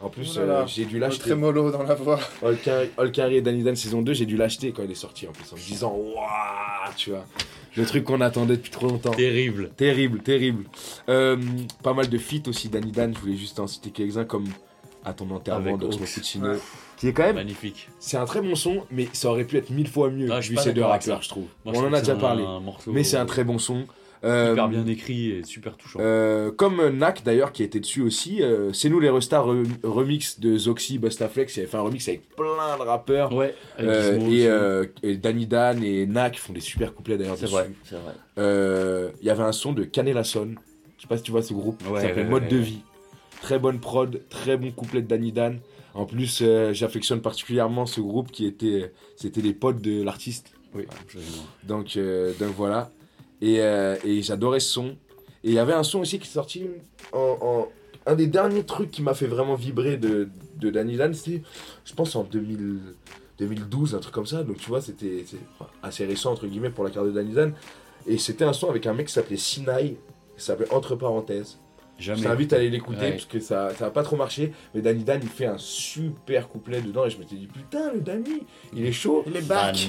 [SPEAKER 3] En plus,
[SPEAKER 2] Oh là là,
[SPEAKER 3] euh, j'ai dû
[SPEAKER 2] Un
[SPEAKER 3] l'acheter.
[SPEAKER 2] trémolo dans la voix.
[SPEAKER 3] Holkari et Danny Dan saison 2, j'ai dû l'acheter quand il est sorti en plus, en me disant waouh, tu vois, le truc qu'on attendait depuis trop
[SPEAKER 4] euh,
[SPEAKER 3] longtemps.
[SPEAKER 4] Terrible.
[SPEAKER 3] Terrible, terrible. Euh, pas mal de feats aussi, Danny Dan, je voulais juste en citer quelques-uns comme à ton enterrement
[SPEAKER 4] Avec
[SPEAKER 3] d'Oxmo
[SPEAKER 4] Ox.
[SPEAKER 3] Puccino,
[SPEAKER 2] Ouais.
[SPEAKER 3] qui est quand même
[SPEAKER 4] Magnifique.
[SPEAKER 3] c'est un très bon son, mais ça aurait pu être mille fois mieux
[SPEAKER 4] Ah, je suis
[SPEAKER 3] vu
[SPEAKER 4] pas
[SPEAKER 3] ces deux
[SPEAKER 4] d'accord avec
[SPEAKER 3] rappeurs,
[SPEAKER 4] ça.
[SPEAKER 3] je trouve.
[SPEAKER 4] Moi, je
[SPEAKER 3] On en
[SPEAKER 4] trouve
[SPEAKER 3] a
[SPEAKER 4] que
[SPEAKER 3] déjà
[SPEAKER 4] c'est
[SPEAKER 3] parlé,
[SPEAKER 4] un morceau
[SPEAKER 3] mais c'est un très bon son.
[SPEAKER 4] Hyper
[SPEAKER 3] Euh,
[SPEAKER 4] bien écrit et super touchant.
[SPEAKER 3] euh, comme Nak d'ailleurs qui était dessus aussi, euh, c'est nous les Restars re- remix de Zoxy, Bustaflex, il avait fait un remix avec plein de rappeurs
[SPEAKER 4] Ouais. avec
[SPEAKER 3] Euh,
[SPEAKER 4] Gizmo aussi.
[SPEAKER 3] et, euh, et Danny Dan et Nak font des super couplets d'ailleurs
[SPEAKER 4] c'est
[SPEAKER 3] dessus.
[SPEAKER 4] vrai. C'est vrai.
[SPEAKER 3] Euh, Il y avait un son de Canelasson, je sais pas si tu vois ce groupe,
[SPEAKER 4] Ouais,
[SPEAKER 3] ça s'appelle
[SPEAKER 4] ouais,
[SPEAKER 3] Mode
[SPEAKER 4] ouais,
[SPEAKER 3] de
[SPEAKER 4] ouais.
[SPEAKER 3] vie. Très bonne prod, très bon couplet de Danny Dan. En plus, euh, j'affectionne particulièrement ce groupe qui était, c'était les potes de l'artiste.
[SPEAKER 4] Oui. absolument.
[SPEAKER 3] Donc, euh, donc voilà. Et, euh, et j'adorais ce son. Et il y avait un son aussi qui est sorti en, en- Un des derniers trucs qui m'a fait vraiment vibrer de, de Danny Dan, c'était, je pense, en 2000 2012, un truc comme ça. Donc tu vois, c'était c'est, enfin, assez récent, entre guillemets, pour la carte de Danny Dan. Et c'était un son avec un mec qui s'appelait Sinai, qui s'appelait Entre parenthèses. Je
[SPEAKER 4] Jamais.
[SPEAKER 3] t'invite à aller l'écouter
[SPEAKER 4] Ouais.
[SPEAKER 3] parce que ça n'a pas trop marché. Mais Danny Dan, il fait un super couplet dedans. Et je m'étais dit, putain, le Danny, il est chaud.
[SPEAKER 2] Les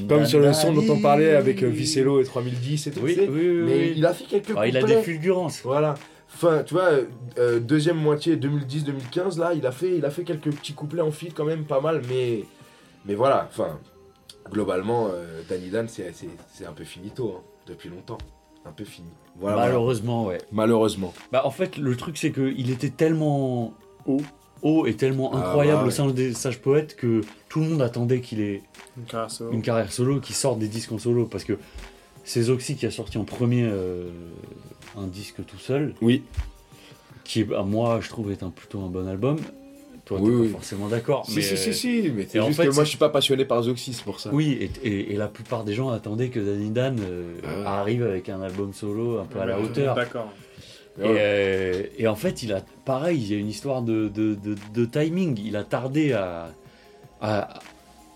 [SPEAKER 3] Comme sur le son dont on parlait avec euh, Vicello et 3010 et tout.
[SPEAKER 4] Oui,
[SPEAKER 3] tu
[SPEAKER 4] oui,
[SPEAKER 3] sais.
[SPEAKER 4] oui.
[SPEAKER 3] mais
[SPEAKER 4] oui.
[SPEAKER 3] il a fait quelques
[SPEAKER 4] Ah, il a
[SPEAKER 3] couplets.
[SPEAKER 4] des fulgurances.
[SPEAKER 3] Voilà. Enfin, tu vois, euh, euh, deuxième moitié 2010-2015, là, il a, fait, il a fait quelques petits couplets en feed quand même, pas mal, mais, mais voilà. Enfin, globalement, euh, Danny Dan, c'est c'est- c'est un peu finito, hein, depuis longtemps. Un peu fini. Voilà. voilà.
[SPEAKER 4] Malheureusement, ouais.
[SPEAKER 3] Malheureusement.
[SPEAKER 4] Bah en fait le truc c'est que il était tellement haut, haut et tellement
[SPEAKER 3] Ah,
[SPEAKER 4] incroyable
[SPEAKER 3] bah,
[SPEAKER 4] au sein des sages poètes que tout le monde attendait qu'il ait
[SPEAKER 2] Une carrière solo.
[SPEAKER 4] une carrière solo, qu'il sorte des disques en solo parce que c'est Zoxy qui a sorti en premier euh, un disque tout seul,
[SPEAKER 3] Oui.
[SPEAKER 4] qui à moi je trouve est un plutôt un bon album. Toi
[SPEAKER 3] Oui,
[SPEAKER 4] t'es
[SPEAKER 3] oui.
[SPEAKER 4] pas forcément d'accord.
[SPEAKER 3] Si,
[SPEAKER 4] mais,
[SPEAKER 3] si,
[SPEAKER 4] euh,
[SPEAKER 3] si, si, mais c'est
[SPEAKER 4] en
[SPEAKER 3] juste
[SPEAKER 4] fait,
[SPEAKER 3] que moi,
[SPEAKER 4] c'est-
[SPEAKER 3] je suis pas passionné par Zoxys pour ça.
[SPEAKER 4] Oui, et, et- et la plupart des gens attendaient que Danny Dan euh,
[SPEAKER 3] Ah ouais.
[SPEAKER 4] arrive avec un album solo un peu à la
[SPEAKER 2] Ouais,
[SPEAKER 4] hauteur.
[SPEAKER 2] D'accord.
[SPEAKER 3] Mais
[SPEAKER 4] Et,
[SPEAKER 3] voilà.
[SPEAKER 4] euh, et en fait, il a pareil, il y a une histoire de, de- de- de timing. Il a tardé à, à,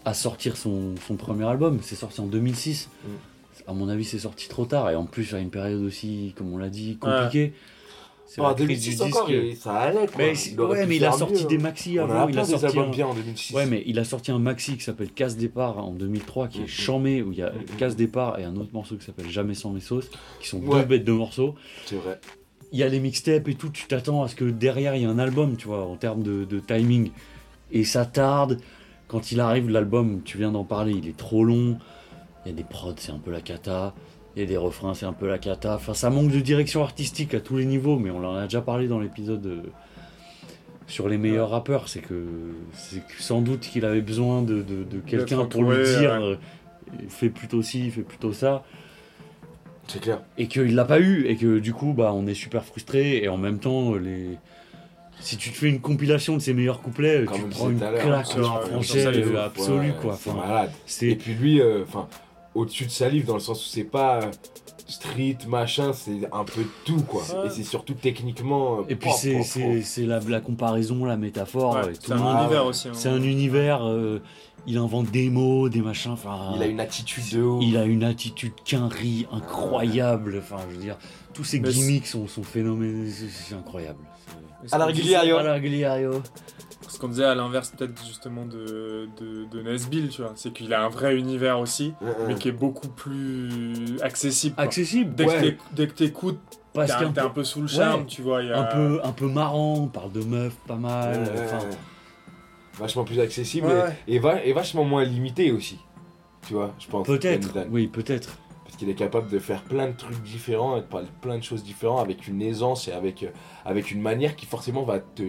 [SPEAKER 4] à sortir son, son premier album. C'est sorti en 2006.
[SPEAKER 3] Mm.
[SPEAKER 4] À mon avis, c'est sorti trop tard. Et en plus, à une période aussi, comme on l'a dit, compliquée. C'est
[SPEAKER 3] Ah,
[SPEAKER 4] la crise
[SPEAKER 3] 2006
[SPEAKER 4] du disque.
[SPEAKER 3] encore, il- ça allait, quoi.
[SPEAKER 4] Mais, c'est-
[SPEAKER 3] aurait
[SPEAKER 4] ouais,
[SPEAKER 3] pu
[SPEAKER 4] mais il a
[SPEAKER 3] faire
[SPEAKER 4] sorti
[SPEAKER 3] mieux,
[SPEAKER 4] des
[SPEAKER 3] hein.
[SPEAKER 4] maxi
[SPEAKER 3] On en a
[SPEAKER 4] avant. Il
[SPEAKER 3] plein
[SPEAKER 4] a
[SPEAKER 3] des
[SPEAKER 4] sorti
[SPEAKER 3] albums
[SPEAKER 4] un-
[SPEAKER 3] bien en 2006.
[SPEAKER 4] Ouais, mais il a sorti un maxi qui s'appelle Casse Départ en 2003, qui
[SPEAKER 3] Mhm.
[SPEAKER 4] est chamé, où il y a
[SPEAKER 3] Mhm.
[SPEAKER 4] Casse Départ et un autre morceau qui s'appelle Jamais sans mes sauces, qui sont
[SPEAKER 3] Ouais.
[SPEAKER 4] deux bêtes de morceaux
[SPEAKER 3] C'est vrai.
[SPEAKER 4] il y a les mixtapes et tout, tu t'attends à ce que derrière il y ait un album, tu vois, en termes de, de timing. Et ça tarde. Quand il arrive, l'album, tu viens d'en parler, il est trop long. Il y a des prods, c'est un peu la cata. Il y a des refrains, c'est un peu la cata. Enfin, ça manque de direction artistique à tous les niveaux, mais on en a déjà parlé dans l'épisode euh, sur les meilleurs rappeurs. C'est que, c'est que sans doute qu'il avait besoin de, de- de quelqu'un pour lui
[SPEAKER 2] entouré,
[SPEAKER 4] dire
[SPEAKER 2] ouais.
[SPEAKER 4] euh, fais plutôt ci, fais plutôt ça
[SPEAKER 3] C'est clair.
[SPEAKER 4] et qu'il l'a pas eu et que du coup bah on est super frustré et en même temps les si tu te fais une compilation de ses meilleurs couplets
[SPEAKER 3] Comme
[SPEAKER 4] tu
[SPEAKER 3] on le
[SPEAKER 4] prends
[SPEAKER 3] disait
[SPEAKER 4] une
[SPEAKER 3] tout à l'heure, hein,
[SPEAKER 4] claque
[SPEAKER 2] sur,
[SPEAKER 4] en
[SPEAKER 2] euh,
[SPEAKER 4] français
[SPEAKER 2] sur Salive.
[SPEAKER 4] euh, absolue quoi
[SPEAKER 3] C'est
[SPEAKER 4] Enfin,
[SPEAKER 3] malade. Et
[SPEAKER 4] c'est
[SPEAKER 3] puis lui, euh, enfin, au-dessus de salive dans le sens où c'est pas euh, street, machin, c'est un peu de tout, quoi.
[SPEAKER 2] Ouais.
[SPEAKER 3] Et c'est surtout techniquement. euh,
[SPEAKER 4] et puis
[SPEAKER 3] pof,
[SPEAKER 4] c'est
[SPEAKER 3] pof,
[SPEAKER 4] c'est
[SPEAKER 3] pof.
[SPEAKER 4] c'est la, la comparaison la métaphore
[SPEAKER 2] Ouais,
[SPEAKER 4] Oh, et tout
[SPEAKER 2] c'est
[SPEAKER 4] le
[SPEAKER 2] un
[SPEAKER 4] monde-
[SPEAKER 3] Ah
[SPEAKER 2] univers
[SPEAKER 3] ouais.
[SPEAKER 2] aussi. hein.
[SPEAKER 4] c'est un univers euh, il invente des mots des machins enfin
[SPEAKER 3] Il a une attitude de haut.
[SPEAKER 4] il a une attitude qu'un riz incroyable enfin je veux dire tous ces
[SPEAKER 2] Mais c'est-
[SPEAKER 4] gimmicks sont sont phénoménaux c'est c'est incroyable
[SPEAKER 2] Et ce
[SPEAKER 3] À la
[SPEAKER 2] qu'on disait-
[SPEAKER 3] régulière, yo.
[SPEAKER 4] Voilà, Gliario.
[SPEAKER 2] Ce qu'on disait à l'inverse, peut-être justement de, de, de Nesbill, tu vois. C'est qu'il a un vrai univers aussi,
[SPEAKER 3] Hein, hein.
[SPEAKER 2] mais qui est beaucoup plus accessible. quoi.
[SPEAKER 4] accessible
[SPEAKER 2] Dès
[SPEAKER 3] Ouais.
[SPEAKER 2] que t'éc- dès que t'écoutes,
[SPEAKER 4] parce
[SPEAKER 2] t'es
[SPEAKER 4] qu'un
[SPEAKER 2] un, t'es un peu sous le charme,
[SPEAKER 4] Ouais.
[SPEAKER 2] tu vois. il Y a...
[SPEAKER 4] un peu un peu marrant, on parle de meufs pas
[SPEAKER 3] Euh, Ouais,
[SPEAKER 4] mal.
[SPEAKER 3] Ah, ouais,
[SPEAKER 4] enfin,
[SPEAKER 3] ouais. Vachement plus accessible
[SPEAKER 2] Ouais,
[SPEAKER 3] et-
[SPEAKER 2] ouais.
[SPEAKER 3] et, va- et vachement moins limité aussi. Tu vois, je pense.
[SPEAKER 4] peut-être,
[SPEAKER 3] Dan Dan.
[SPEAKER 4] oui, peut-être.
[SPEAKER 3] Parce qu'il est capable de faire plein de trucs différents et de parler de plein de choses différentes avec une aisance et avec, euh, avec une manière qui forcément va te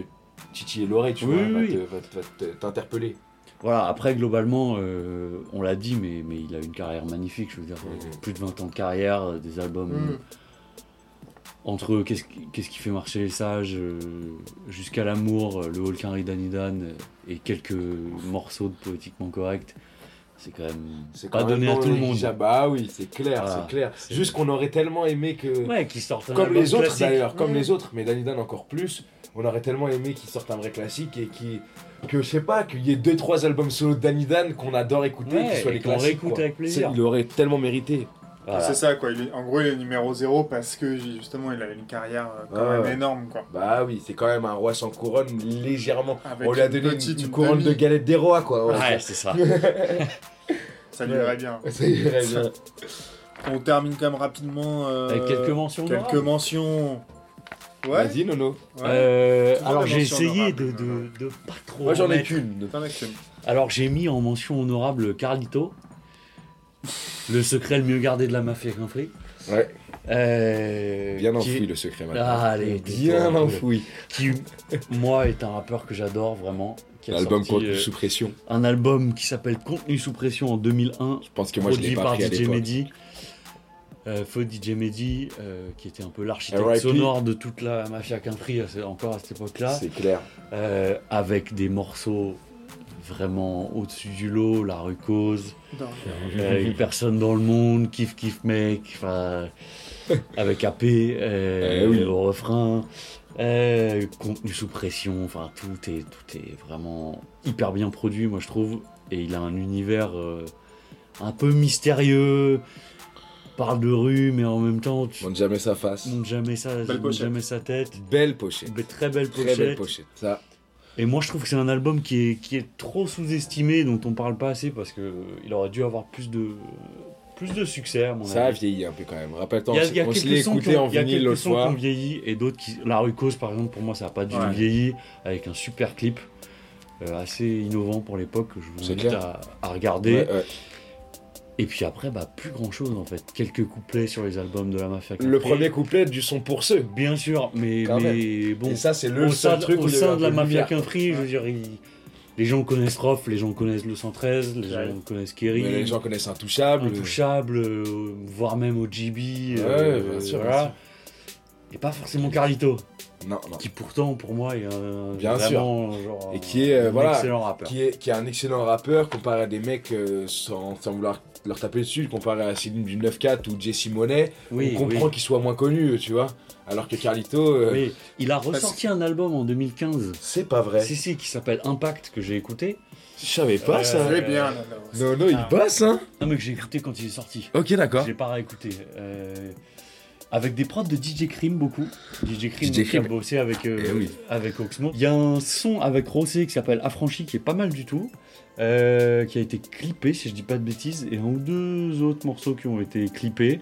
[SPEAKER 3] titiller l'oreille, tu
[SPEAKER 4] Oui,
[SPEAKER 3] vois,
[SPEAKER 4] oui,
[SPEAKER 3] va te- va te- va te- t'interpeller.
[SPEAKER 4] Voilà, après, globalement, euh, on l'a dit, mais, mais il a une carrière magnifique, je veux dire, euh,
[SPEAKER 3] Mhm.
[SPEAKER 2] Mm.
[SPEAKER 4] plus de 20 ans de carrière, euh, des albums.
[SPEAKER 2] Mhm.
[SPEAKER 4] entre qu'est-ce qui, qu'est-ce qui fait marcher les sages, euh, jusqu'à l'amour, euh, le Holkinry Danidan euh, et quelques morceaux de poétiquement correct, c'est quand même
[SPEAKER 3] C'est
[SPEAKER 4] pas
[SPEAKER 3] quand même
[SPEAKER 4] donné à
[SPEAKER 3] dans
[SPEAKER 4] tout
[SPEAKER 3] le
[SPEAKER 4] le monde.
[SPEAKER 3] hijab. Bah oui, c'est clair,
[SPEAKER 4] Ah,
[SPEAKER 3] c'est clair.
[SPEAKER 4] c'est-
[SPEAKER 3] Juste qu'on aurait tellement aimé que.
[SPEAKER 4] Ouais, qui sortent un
[SPEAKER 3] Comme
[SPEAKER 4] album
[SPEAKER 3] les autres
[SPEAKER 4] classique.
[SPEAKER 3] d'ailleurs, comme
[SPEAKER 4] Ouais.
[SPEAKER 3] les autres, mais Danidan encore plus. On aurait tellement aimé qu'ils sortent un vrai classique et qui que je sais pas, qu'il y ait deux trois albums solo de Danidan qu'on adore écouter,
[SPEAKER 4] Ouais,
[SPEAKER 3] qui soient
[SPEAKER 4] et
[SPEAKER 3] les
[SPEAKER 4] qu'on
[SPEAKER 3] classiques.
[SPEAKER 4] réécoute
[SPEAKER 3] quoi.
[SPEAKER 4] avec
[SPEAKER 5] C'est-
[SPEAKER 4] plaisir.
[SPEAKER 5] Il aurait tellement mérité.
[SPEAKER 4] Voilà.
[SPEAKER 1] C'est ça quoi, il est- en gros il est numéro 0 parce que justement il a une carrière euh, quand
[SPEAKER 3] Ouais,
[SPEAKER 1] même
[SPEAKER 3] ouais.
[SPEAKER 1] énorme quoi.
[SPEAKER 3] Bah oui, c'est quand même un roi sans couronne légèrement.
[SPEAKER 1] Avec
[SPEAKER 4] Oh,
[SPEAKER 3] on lui a
[SPEAKER 1] une
[SPEAKER 3] donné une,
[SPEAKER 1] petite,
[SPEAKER 3] une
[SPEAKER 1] une
[SPEAKER 3] couronne de
[SPEAKER 1] demi.
[SPEAKER 3] galette des rois quoi. ouais.
[SPEAKER 4] Ouais, c'est ça.
[SPEAKER 1] Ça lui irait bien.
[SPEAKER 3] Ça irait bien.
[SPEAKER 1] On termine quand même rapidement euh,
[SPEAKER 4] Avec quelques mentions.
[SPEAKER 1] quelques
[SPEAKER 4] honorables.
[SPEAKER 1] mentions. Ouais,
[SPEAKER 3] Vas-y Nono.
[SPEAKER 1] ouais.
[SPEAKER 4] Euh,
[SPEAKER 1] Toujours
[SPEAKER 4] alors
[SPEAKER 1] des
[SPEAKER 4] j'ai
[SPEAKER 1] mentions
[SPEAKER 4] essayé de,
[SPEAKER 1] honorables,
[SPEAKER 4] de, de pas trop.
[SPEAKER 3] Moi j'en
[SPEAKER 4] en
[SPEAKER 3] ai
[SPEAKER 4] mettre.
[SPEAKER 3] qu'une.
[SPEAKER 1] T'en as qu'une.
[SPEAKER 4] Alors j'ai mis en mention honorable Carlito, le secret le mieux gardé de la mafia qu'un fric.
[SPEAKER 5] Ouais.
[SPEAKER 4] Euh,
[SPEAKER 5] Bien
[SPEAKER 4] qui-
[SPEAKER 5] enfoui le secret maintenant.
[SPEAKER 4] Ah, allez,
[SPEAKER 5] Bien
[SPEAKER 4] détends-toi.
[SPEAKER 5] enfoui.
[SPEAKER 4] Qui, moi, est un rappeur que j'adore vraiment. qui a
[SPEAKER 5] L'album
[SPEAKER 4] sorti,
[SPEAKER 5] Contenu
[SPEAKER 4] euh,
[SPEAKER 5] sous pression.
[SPEAKER 4] un album qui s'appelle Contenu sous pression en 2001,
[SPEAKER 5] Je pense que moi je l'ai
[SPEAKER 4] produit
[SPEAKER 5] pas
[SPEAKER 4] par
[SPEAKER 5] pris à
[SPEAKER 4] DJ
[SPEAKER 5] l'époque.
[SPEAKER 4] Mehdi. Euh, faux DJ Mehdi, euh, qui était un peu l'architecte
[SPEAKER 5] R.I.P.
[SPEAKER 4] sonore de toute la mafia country, c'est encore à cette époque-là.
[SPEAKER 3] C'est clair.
[SPEAKER 4] Euh, avec des morceaux vraiment au-dessus du lot, la rue cause,
[SPEAKER 1] Non.
[SPEAKER 4] euh, une personne dans le monde, kiff kiff mec, enfin, avec AP euh,
[SPEAKER 5] Eh oui.
[SPEAKER 4] au refrain, euh, contenu sous pression, enfin tout est tout est vraiment hyper bien produit, moi je trouve, et il a un univers euh, un peu mystérieux, parle de rue, mais en même temps tu
[SPEAKER 5] Monte jamais sa face.
[SPEAKER 4] montes jamais sa, montes
[SPEAKER 1] pochette.
[SPEAKER 4] jamais sa tête,
[SPEAKER 5] Belle pochette.
[SPEAKER 4] Mais très belle
[SPEAKER 5] Très belle
[SPEAKER 4] pochette.
[SPEAKER 5] pochette. Ça,
[SPEAKER 4] Et moi, je trouve que c'est un album qui est, qui est trop sous-estimé, dont on parle pas assez, parce que euh, il aurait dû avoir plus de, plus de succès, à mon
[SPEAKER 5] ça a
[SPEAKER 4] avis.
[SPEAKER 5] vieilli un peu quand même. Rappelle-toi,
[SPEAKER 4] Il
[SPEAKER 5] on
[SPEAKER 4] y a,
[SPEAKER 5] s-
[SPEAKER 4] il y a
[SPEAKER 5] on se
[SPEAKER 4] quelques
[SPEAKER 5] l'est
[SPEAKER 4] sons qui
[SPEAKER 5] écouté en
[SPEAKER 4] ont, il y a
[SPEAKER 5] vinyle
[SPEAKER 4] quelques
[SPEAKER 5] l'autre
[SPEAKER 4] sons qui
[SPEAKER 5] soir.
[SPEAKER 4] ont vieilli et d'autres qui. La rue Cause, par exemple, pour moi, ça n'a pas du tout
[SPEAKER 1] Ouais.
[SPEAKER 4] vieilli, avec un super clip euh, assez innovant pour l'époque que je vous
[SPEAKER 5] C'est
[SPEAKER 4] invite
[SPEAKER 5] clair.
[SPEAKER 4] à, à regarder.
[SPEAKER 5] Ouais, ouais.
[SPEAKER 4] Et puis après, bah, plus grand chose en fait. Quelques couplets sur les albums de la Mafia.
[SPEAKER 3] Le
[SPEAKER 4] Country.
[SPEAKER 3] premier couplet du son pour ceux.
[SPEAKER 4] Bien sûr, mais,
[SPEAKER 3] Quand même.
[SPEAKER 4] mais bon.
[SPEAKER 3] Et ça c'est le
[SPEAKER 4] au
[SPEAKER 3] seul
[SPEAKER 4] sein,
[SPEAKER 3] truc
[SPEAKER 4] au
[SPEAKER 3] où il y a eu
[SPEAKER 4] sein
[SPEAKER 3] un
[SPEAKER 4] de
[SPEAKER 3] peu
[SPEAKER 4] la mafia
[SPEAKER 3] lumière.
[SPEAKER 4] qu'un prix, je veux dire, il- les gens connaissent Rof, les gens connaissent le 113, les
[SPEAKER 1] Ouais.
[SPEAKER 4] gens connaissent
[SPEAKER 3] Mais
[SPEAKER 4] Kerry,
[SPEAKER 3] Les gens connaissent Intouchable.
[SPEAKER 4] Intouchable, euh, voire même OGB,
[SPEAKER 3] Ouais,
[SPEAKER 4] euh,
[SPEAKER 3] bien sûr,
[SPEAKER 4] voilà.
[SPEAKER 3] bien sûr.
[SPEAKER 4] et pas forcément Carlito,
[SPEAKER 3] euh,
[SPEAKER 5] Non, non.
[SPEAKER 4] qui pourtant pour moi est un
[SPEAKER 3] Bien
[SPEAKER 4] vraiment, genre,
[SPEAKER 3] Et qui est, euh,
[SPEAKER 4] un
[SPEAKER 3] voilà,
[SPEAKER 4] excellent rappeur.
[SPEAKER 3] qui est, qui est un excellent rappeur comparé à des mecs euh, sans, sans vouloir leur taper dessus, comparé à Céline du 9-4 ou Jesse Monet,
[SPEAKER 4] Oui,
[SPEAKER 3] on
[SPEAKER 4] oui,
[SPEAKER 3] comprend qu'il soit moins connu, tu vois. Alors que Carlito, euh,
[SPEAKER 4] oui. il a ressorti un album en 2015,
[SPEAKER 3] c'est pas vrai.
[SPEAKER 4] si si, qui s'appelle Impact que j'ai écouté.
[SPEAKER 3] Je savais pas
[SPEAKER 4] Euh,
[SPEAKER 3] ça.
[SPEAKER 1] Je l'ai bien là. là.
[SPEAKER 3] Non, non, il
[SPEAKER 1] Ah.
[SPEAKER 3] passe, hein.
[SPEAKER 4] Non mais que j'ai écouté quand il est sorti.
[SPEAKER 5] Ok, d'accord.
[SPEAKER 4] J'ai pas réécouté. euh, avec des prods de DJ Cream beaucoup. DJ Cream
[SPEAKER 5] DJ
[SPEAKER 4] donc, qui a
[SPEAKER 5] Cream.
[SPEAKER 4] bossé avec, euh,
[SPEAKER 5] Eh oui.
[SPEAKER 4] avec Oxmo. Il y a un son avec Rosé qui s'appelle Affranchi qui est pas mal du tout. euh, qui a été clippé si je dis pas de bêtises. Et un ou deux autres morceaux qui ont été clippés.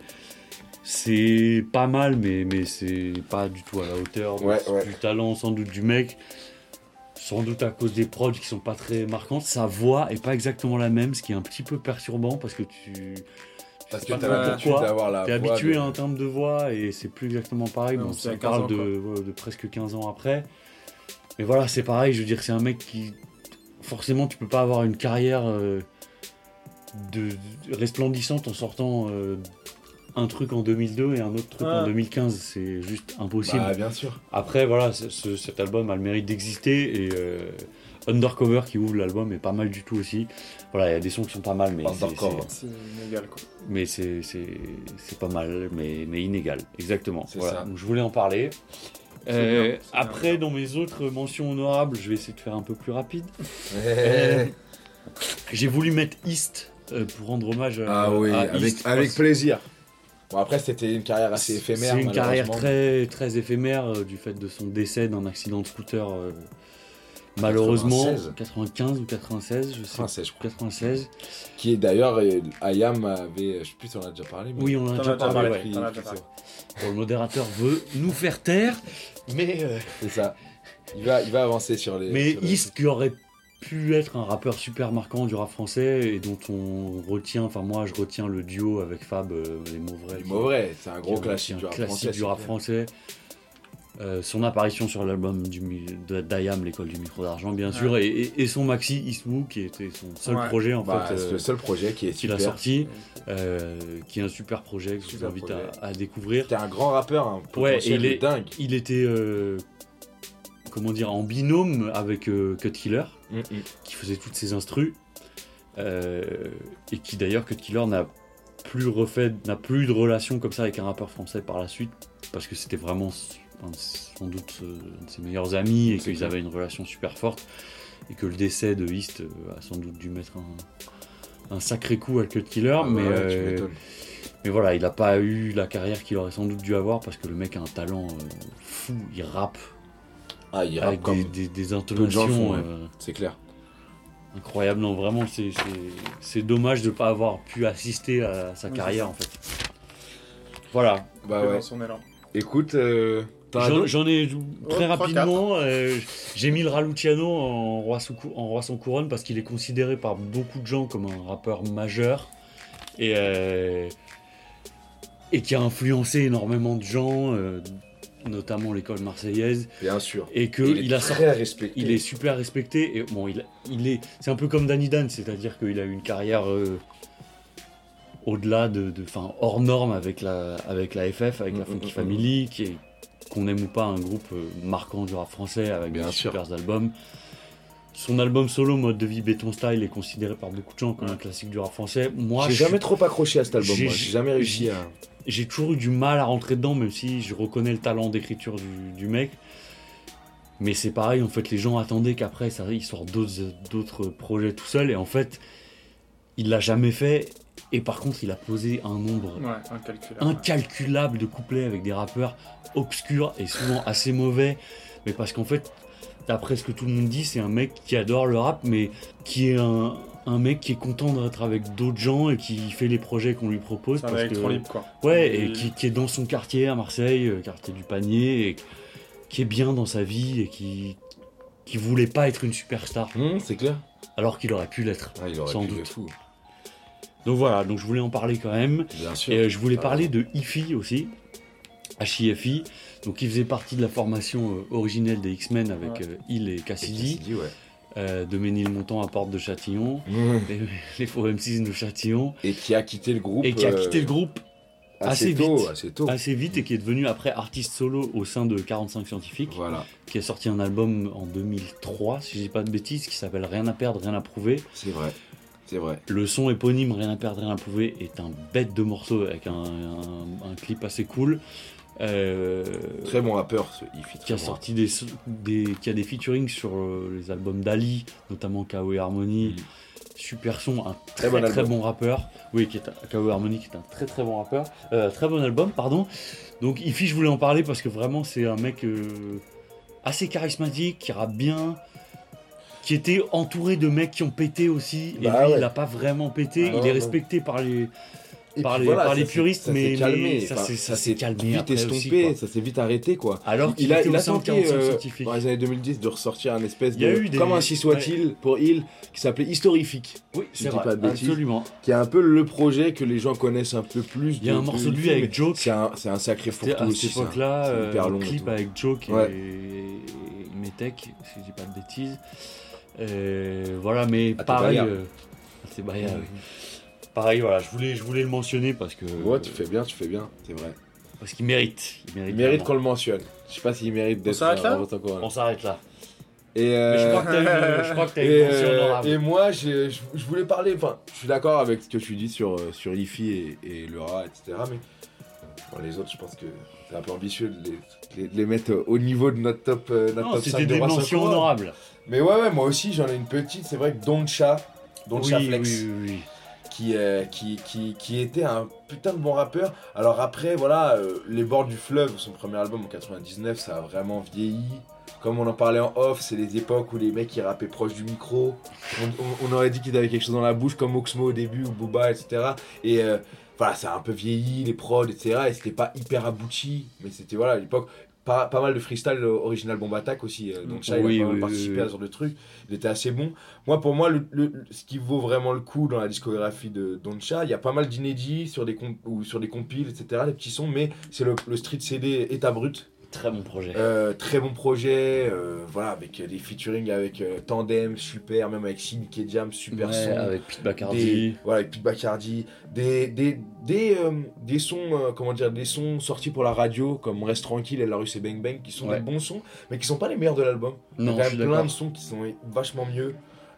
[SPEAKER 4] C'est pas mal mais, mais c'est pas du tout à la hauteur
[SPEAKER 3] Ouais, ouais.
[SPEAKER 4] du talent sans doute du mec. Sans doute à cause des prods qui sont pas très marquantes, sa voix est pas exactement la même, ce qui est un petit peu perturbant parce que tu,
[SPEAKER 3] Parce que
[SPEAKER 4] sais pas
[SPEAKER 3] t'as
[SPEAKER 4] trop
[SPEAKER 3] l'habitude
[SPEAKER 4] pourquoi.
[SPEAKER 3] d'avoir la.
[SPEAKER 4] T'es
[SPEAKER 3] voix de-
[SPEAKER 4] habitué hein,
[SPEAKER 3] Bah,
[SPEAKER 4] à un terme de voix et c'est plus exactement pareil.
[SPEAKER 1] Non,
[SPEAKER 4] bon,
[SPEAKER 1] c'est
[SPEAKER 4] ça
[SPEAKER 1] à 15
[SPEAKER 4] parle
[SPEAKER 1] ans,
[SPEAKER 4] de, ouais, de presque 15 ans après. Mais voilà, c'est pareil. Je veux dire, c'est un mec qui. Forcément, tu peux pas avoir une carrière euh, de, de- resplendissante en sortant euh, un truc en 2002 et un autre truc
[SPEAKER 1] Ah.
[SPEAKER 4] en 2015. C'est juste impossible.
[SPEAKER 3] Bah, bien sûr.
[SPEAKER 4] Après, voilà, ce- ce- cet album a le mérite d'exister et euh, Undercover qui ouvre l'album est pas mal du tout aussi. Voilà, il y a des sons qui sont pas mal, mais c'est-
[SPEAKER 3] Undercover.
[SPEAKER 1] C'est inégal quoi.
[SPEAKER 4] mais c'est c'est- c'est pas mal, mais, mais inégal. Exactement.
[SPEAKER 3] C'est
[SPEAKER 4] Voilà.
[SPEAKER 3] ça.
[SPEAKER 4] Donc, je voulais en parler.
[SPEAKER 1] C'est
[SPEAKER 4] Euh,
[SPEAKER 1] bien, c'est bien.
[SPEAKER 4] après, dans mes autres mentions honorables, je vais essayer de faire un peu plus rapide. Euh,
[SPEAKER 3] Eh,
[SPEAKER 4] J'ai voulu mettre East euh, pour rendre hommage à,
[SPEAKER 5] Ah oui,
[SPEAKER 4] à
[SPEAKER 5] avec,
[SPEAKER 4] East,
[SPEAKER 5] avec
[SPEAKER 4] parce-
[SPEAKER 5] plaisir.
[SPEAKER 3] Bon, après, c'était une carrière assez Bah, éphémère.
[SPEAKER 4] C'est une carrière
[SPEAKER 3] malheureusement.
[SPEAKER 4] très, très éphémère euh, du fait de son décès d'un accident de scooter, euh, malheureusement,
[SPEAKER 3] 96.
[SPEAKER 4] 95 ou 96, je sais.
[SPEAKER 3] Français, je crois.
[SPEAKER 4] 96.
[SPEAKER 3] Qui est d'ailleurs, euh, Ayam avait. Je sais plus si on en a déjà parlé. Mais
[SPEAKER 4] Oui, on
[SPEAKER 1] T'en as
[SPEAKER 4] en a déjà
[SPEAKER 1] déjà
[SPEAKER 4] parlé.
[SPEAKER 1] parlé.
[SPEAKER 4] ouais.
[SPEAKER 3] Qui-
[SPEAKER 1] T'en as
[SPEAKER 3] qui-
[SPEAKER 1] déjà parlé.
[SPEAKER 4] Bon, le modérateur veut nous faire taire, mais euh,
[SPEAKER 3] C'est ça. Il va, il va avancer sur les.
[SPEAKER 4] Mais
[SPEAKER 3] sur les-
[SPEAKER 4] East qui aurait pu être un rappeur super marquant du rap français et dont on retient, enfin moi je retiens le duo avec Fab, euh, les Mauvrais.
[SPEAKER 3] Les Mauvrais, c'est un gros
[SPEAKER 4] Qui est un-
[SPEAKER 3] classique du rap
[SPEAKER 4] classique
[SPEAKER 3] français.
[SPEAKER 4] du rap français. Euh, son apparition sur l'album du mi- de d'IAM, l'école du micro d'argent, bien sûr, et, et- et son maxi Eastwood, qui était son seul
[SPEAKER 1] Ouais.
[SPEAKER 4] projet en
[SPEAKER 3] Bah,
[SPEAKER 4] fait.
[SPEAKER 3] c'est
[SPEAKER 4] euh,
[SPEAKER 3] le seul projet qui est
[SPEAKER 4] qu'il a
[SPEAKER 3] super.
[SPEAKER 4] sorti, euh, qui est un super projet que je vous
[SPEAKER 3] Super
[SPEAKER 4] invite
[SPEAKER 3] projet.
[SPEAKER 4] à, à découvrir.
[SPEAKER 3] T'es un grand rappeur, un potentiel
[SPEAKER 4] et il
[SPEAKER 3] de
[SPEAKER 4] est-
[SPEAKER 3] dingue.
[SPEAKER 4] Il était, euh, comment dire, en binôme avec euh, Cut Killer, qui faisait toutes ses instrus, euh, et qui d'ailleurs Cut Killer n'a plus refait, n'a plus eu de relation comme ça avec un rappeur français par la suite, parce que c'était vraiment s- un de- sans doute euh, un de ses meilleurs amis et
[SPEAKER 3] C'est
[SPEAKER 4] qu'ils
[SPEAKER 3] clair.
[SPEAKER 4] avaient une relation super forte, et que le décès de East euh, a sans doute dû mettre un, un sacré coup à Cut Killer,
[SPEAKER 3] Ah,
[SPEAKER 4] mais
[SPEAKER 3] ouais, tu
[SPEAKER 4] euh,
[SPEAKER 3] m'étonnes.
[SPEAKER 4] mais voilà, il n'a pas eu la carrière qu'il aurait sans doute dû avoir parce que le mec a un talent euh, fou. Il rappe
[SPEAKER 3] Ah, il rappe
[SPEAKER 4] avec
[SPEAKER 3] comme.
[SPEAKER 4] des, des- des
[SPEAKER 3] de gens
[SPEAKER 4] intonations
[SPEAKER 3] le font, ouais.
[SPEAKER 4] euh,
[SPEAKER 3] C'est clair.
[SPEAKER 4] incroyables. Non, vraiment, c'est- c'est c'est dommage de ne pas avoir pu assister à sa
[SPEAKER 2] Oui,
[SPEAKER 4] carrière en fait. Voilà,
[SPEAKER 3] Bah ouais.
[SPEAKER 2] dans son élan.
[SPEAKER 3] Écoute, euh, t'as un
[SPEAKER 4] j'en
[SPEAKER 3] autre
[SPEAKER 4] j'en ai très
[SPEAKER 1] trois,
[SPEAKER 4] rapidement. euh, j'ai mis le Raluciano en roi, sous cou- en roi sans couronne parce qu'il est considéré par beaucoup de gens comme un rappeur majeur et, euh, et qui a influencé énormément de gens, euh, notamment l'école marseillaise,
[SPEAKER 3] Bien sûr.
[SPEAKER 4] et que
[SPEAKER 3] Et
[SPEAKER 4] il,
[SPEAKER 3] il est
[SPEAKER 4] a sorti.
[SPEAKER 3] très respecté.
[SPEAKER 4] Il est super respecté et bon, il, il est, c'est un peu comme Danny Dan, c'est-à-dire qu'il a eu une carrière euh, au-delà de, de- enfin hors norme avec la, avec la FF, avec la
[SPEAKER 3] Mm,
[SPEAKER 4] Funky
[SPEAKER 3] mm, mm,
[SPEAKER 4] Family, qui est, qu'on aime ou pas, un groupe euh, marquant du rap français avec
[SPEAKER 3] Bien
[SPEAKER 4] des
[SPEAKER 3] sûr.
[SPEAKER 4] super albums. Son album solo Mode de vie béton style est considéré par beaucoup de gens comme un classique du rap français. Moi,
[SPEAKER 3] J'ai
[SPEAKER 4] je
[SPEAKER 3] jamais trop accroché à cet album.
[SPEAKER 4] J'ai-
[SPEAKER 3] moi. J'ai jamais réussi à.
[SPEAKER 4] j'ai toujours eu du mal à rentrer dedans, même si je reconnais le talent d'écriture du, du mec. Mais c'est pareil, en fait, les gens attendaient qu'après, ça, il sorte d'autres, d'autres projets tout seul. Et en fait, il l'a jamais fait. Et par contre, il a posé un nombre
[SPEAKER 2] Ouais, un calcul.
[SPEAKER 4] incalculable de couplets avec des rappeurs obscurs et souvent assez mauvais. Mais parce qu'en fait, d'après ce que tout le monde dit, c'est un mec qui adore le rap, mais qui est un, un mec qui est content d'être avec d'autres gens et qui fait les projets qu'on lui propose.
[SPEAKER 2] C'est un
[SPEAKER 4] parce que-
[SPEAKER 2] électron libre, quoi.
[SPEAKER 4] Ouais,
[SPEAKER 2] Et-
[SPEAKER 3] Euh,
[SPEAKER 4] et qui, qui est dans son quartier à Marseille, euh, quartier du panier, et qui est bien dans sa vie et qui, qui voulait pas être une superstar,
[SPEAKER 3] Hum, c'est clair.
[SPEAKER 4] alors qu'il aurait pu l'être.
[SPEAKER 3] Ah, il aurait
[SPEAKER 4] Hmm, Sans
[SPEAKER 3] pu
[SPEAKER 4] doute.
[SPEAKER 3] de fou.
[SPEAKER 4] Donc voilà, donc je voulais en parler quand même.
[SPEAKER 3] Bien sûr.
[SPEAKER 4] Et euh, je voulais
[SPEAKER 3] Ah,
[SPEAKER 4] parler de IFI aussi, HIFI, donc il faisait partie de la formation euh, originelle des X-Men avec euh, Hill et
[SPEAKER 3] et
[SPEAKER 4] Cassidy,
[SPEAKER 3] Cassidy, ouais.
[SPEAKER 4] euh, de Ménilmontant à Porte de Châtillon,
[SPEAKER 3] Hum.
[SPEAKER 4] les, les Faux M6 de Châtillon,
[SPEAKER 3] Et qui a quitté le groupe.
[SPEAKER 4] et qui a
[SPEAKER 3] euh,
[SPEAKER 4] quitté le groupe assez
[SPEAKER 3] tôt,
[SPEAKER 4] vite.
[SPEAKER 3] Assez tôt.
[SPEAKER 4] assez vite et qui est devenu après artiste solo au sein de 45 scientifiques.
[SPEAKER 3] Voilà.
[SPEAKER 4] qui a sorti un album en 2003, si je dis pas de bêtises, qui s'appelle Rien à perdre, rien à prouver.
[SPEAKER 3] C'est vrai. C'est vrai.
[SPEAKER 4] Le son éponyme Rien à perdre, rien à prouver est un bête de morceau avec un, un- un clip assez cool. Euh,
[SPEAKER 3] Très bon rappeur, ce Ify.
[SPEAKER 4] qui a sorti des, so- des- qui a des featurings sur euh, les albums d'Ali, notamment K.O. et Harmony.
[SPEAKER 3] Mhm.
[SPEAKER 4] Super son, un
[SPEAKER 3] Très
[SPEAKER 4] très
[SPEAKER 3] bon
[SPEAKER 4] très,
[SPEAKER 3] album.
[SPEAKER 4] bon rappeur. Oui, qui est un- K.O. et Harmony, qui est un très très bon rappeur. Euh, très bon album, pardon. Donc Ifi, je voulais en parler parce que vraiment c'est un mec euh, assez charismatique, qui rappe bien, qui était entouré de mecs qui ont pété aussi. Et
[SPEAKER 3] Bah
[SPEAKER 4] lui,
[SPEAKER 3] ouais.
[SPEAKER 4] il n'a pas vraiment pété.
[SPEAKER 3] Ah,
[SPEAKER 4] il
[SPEAKER 3] non,
[SPEAKER 4] est
[SPEAKER 3] non.
[SPEAKER 4] respecté par les,
[SPEAKER 3] Et
[SPEAKER 4] par
[SPEAKER 3] puis
[SPEAKER 4] les-
[SPEAKER 3] voilà,
[SPEAKER 4] par
[SPEAKER 3] ça
[SPEAKER 4] les
[SPEAKER 3] s'est-
[SPEAKER 4] puristes,
[SPEAKER 3] ça
[SPEAKER 4] mais,
[SPEAKER 3] s'est calmé.
[SPEAKER 4] mais ça
[SPEAKER 3] Enfin,
[SPEAKER 4] s'est ça s'est calmé
[SPEAKER 3] vite
[SPEAKER 4] après aussi,
[SPEAKER 3] estompé,
[SPEAKER 4] quoi.
[SPEAKER 3] ça s'est vite arrêté quoi.
[SPEAKER 4] Alors qu'il
[SPEAKER 3] Il a,
[SPEAKER 4] était
[SPEAKER 3] il
[SPEAKER 4] au
[SPEAKER 3] a
[SPEAKER 4] sein de
[SPEAKER 3] tenté
[SPEAKER 4] 45
[SPEAKER 3] euh,
[SPEAKER 4] scientifiques.
[SPEAKER 3] dans les années 2010 de ressortir un espèce
[SPEAKER 4] Il y a
[SPEAKER 3] de
[SPEAKER 4] eu des-
[SPEAKER 3] comme un si soit-il pour Hill qui s'appelait Historifique,
[SPEAKER 4] Oui,
[SPEAKER 3] je
[SPEAKER 4] c'est
[SPEAKER 3] dis
[SPEAKER 4] vrai,
[SPEAKER 3] pas de bêtises.
[SPEAKER 4] absolument.
[SPEAKER 3] qui est un peu le projet que les gens connaissent un peu plus.
[SPEAKER 4] Il y a un morceau de lui
[SPEAKER 3] Ify,
[SPEAKER 4] avec
[SPEAKER 3] mais
[SPEAKER 4] Joke.
[SPEAKER 3] C'est un, c'est un sacré fourre
[SPEAKER 4] à
[SPEAKER 3] aussi.
[SPEAKER 4] cette
[SPEAKER 3] ça.
[SPEAKER 4] époque-là,
[SPEAKER 3] c'est
[SPEAKER 4] euh,
[SPEAKER 3] hyper
[SPEAKER 4] le
[SPEAKER 3] long et
[SPEAKER 4] clip
[SPEAKER 3] tout.
[SPEAKER 4] avec Joke et,
[SPEAKER 3] Ouais.
[SPEAKER 4] et Metec, si je dis pas de bêtises. Euh, voilà,
[SPEAKER 3] Ah,
[SPEAKER 4] mais pareil.
[SPEAKER 3] Atabaya.
[SPEAKER 4] euh, Atabaya, oui. Pareil, voilà, je voulais, je voulais le mentionner parce que
[SPEAKER 3] Ouais, tu fais bien, tu fais bien, c'est vrai.
[SPEAKER 4] parce qu'il mérite. Il mérite,
[SPEAKER 3] Il mérite qu'on
[SPEAKER 4] vraiment.
[SPEAKER 3] le mentionne. Je sais pas s'il mérite d'être
[SPEAKER 2] s'arrête là
[SPEAKER 3] en votre couronne.
[SPEAKER 4] On s'arrête là.
[SPEAKER 3] Et
[SPEAKER 4] Mais je
[SPEAKER 3] euh,
[SPEAKER 4] crois que t'as une, je crois que t'as une
[SPEAKER 3] Et,
[SPEAKER 4] mention
[SPEAKER 3] euh,
[SPEAKER 4] honorable.
[SPEAKER 3] et moi, j'ai- je, je voulais parler, enfin, je suis d'accord avec ce que tu dis sur, euh, sur Ify et, et le rat, etc. Mais euh, bon, les autres, je pense que c'est un peu ambitieux de les, de les mettre au niveau de notre top, euh, notre
[SPEAKER 4] Non,
[SPEAKER 3] top 5
[SPEAKER 4] c'était
[SPEAKER 3] de
[SPEAKER 4] des
[SPEAKER 3] Roi
[SPEAKER 4] mentions
[SPEAKER 3] Soccer.
[SPEAKER 4] honorables.
[SPEAKER 3] Mais ouais, ouais, moi aussi, j'en ai une petite. C'est vrai que Doncha, Doncha
[SPEAKER 4] oui,
[SPEAKER 3] Flex,
[SPEAKER 4] oui, oui, oui.
[SPEAKER 3] Qui, euh, qui, qui, qui était un putain de bon rappeur. Alors après, voilà, euh, Les Bords du Fleuve, son premier album en 99, ça a vraiment vieilli. Comme on en parlait en off, c'est les époques où les mecs ils rappaient proche du micro. On, on- on aurait dit qu'ils avaient quelque chose dans la bouche, comme Oxmo au début, ou Booba, etc. Et euh, voilà, ça a un peu vieilli, les prods, etc. Et c'était pas hyper abouti, mais c'était voilà, à l'époque. Pas, pas mal de freestyle euh, original Bomb Attack aussi, euh, donc ça, il a
[SPEAKER 4] Oui,
[SPEAKER 3] pas mal
[SPEAKER 4] oui,
[SPEAKER 3] participé
[SPEAKER 4] oui.
[SPEAKER 3] à ce genre de truc. Il était assez bon. Moi, pour moi, le- le- ce qui vaut vraiment le coup dans la discographie de Doncha, il y a pas mal d'inédits sur des comp- ou sur des compiles, etc., des petits sons, mais c'est le, le street CD état brut
[SPEAKER 4] Très bon projet.
[SPEAKER 3] Euh, très bon projet, euh, voilà, avec euh, des featuring avec euh, Tandem, super, même avec Simic et Jam, super
[SPEAKER 4] Ouais,
[SPEAKER 3] son.
[SPEAKER 4] avec Pete
[SPEAKER 3] Des-
[SPEAKER 4] Bacardi.
[SPEAKER 3] voilà, avec Pete Bacardi, des, des, des, euh, des sons, euh, comment dire, des sons sortis pour la radio, comme Reste Tranquille et La Rue C'est Bang Bang, qui sont
[SPEAKER 4] Ouais.
[SPEAKER 3] des bons sons, mais qui sont pas les meilleurs de l'album. Il y a
[SPEAKER 4] Non,
[SPEAKER 3] quand
[SPEAKER 4] je suis
[SPEAKER 3] même plein
[SPEAKER 4] d'accord.
[SPEAKER 3] de sons qui sont vachement mieux,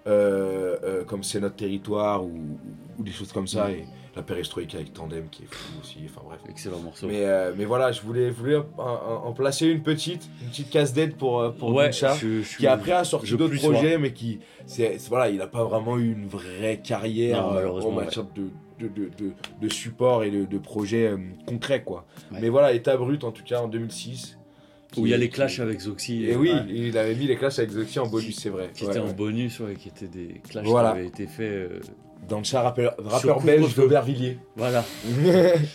[SPEAKER 3] euh, euh, comme C'est Notre Territoire, ou, ou des choses comme ça,
[SPEAKER 4] Mm.
[SPEAKER 3] et La Perestroïka avec Tandem, qui est fou aussi, enfin bref.
[SPEAKER 4] Excellent morceau.
[SPEAKER 3] Mais, euh, mais voilà, je voulais, je voulais en, en- en placer une petite, une petite casse-tête pour, euh, pour
[SPEAKER 4] ouais,
[SPEAKER 3] Nuncha,
[SPEAKER 4] je, je suis-
[SPEAKER 3] qui après a sorti
[SPEAKER 4] je
[SPEAKER 3] d'autres
[SPEAKER 4] plus
[SPEAKER 3] projets, mais qui, c'est, c'est- voilà, il n'a pas vraiment eu une vraie carrière
[SPEAKER 4] Non,
[SPEAKER 3] euh,
[SPEAKER 4] malheureusement,
[SPEAKER 3] en matière de, de, de, de, de support et de, de projets euh, concrets, quoi.
[SPEAKER 4] Ouais.
[SPEAKER 3] Mais voilà, État Brut, en tout cas, en 2006.
[SPEAKER 4] où il y a les
[SPEAKER 3] qui-
[SPEAKER 4] clashs avec Zoxy.
[SPEAKER 3] Et oui,
[SPEAKER 4] Ouais.
[SPEAKER 3] il avait mis les classes avec Zoxy en bonus, c'est vrai.
[SPEAKER 4] Qui
[SPEAKER 3] Ouais,
[SPEAKER 4] étaient
[SPEAKER 3] ouais.
[SPEAKER 4] en bonus, ouais, qui étaient des clashs
[SPEAKER 3] Voilà.
[SPEAKER 4] qui avaient été faits. euh,
[SPEAKER 3] Dans le chat, rappeur,
[SPEAKER 4] Sur
[SPEAKER 3] rappeur
[SPEAKER 4] coup de
[SPEAKER 3] belge
[SPEAKER 4] feu.
[SPEAKER 3] d'Aubervilliers.
[SPEAKER 4] Voilà.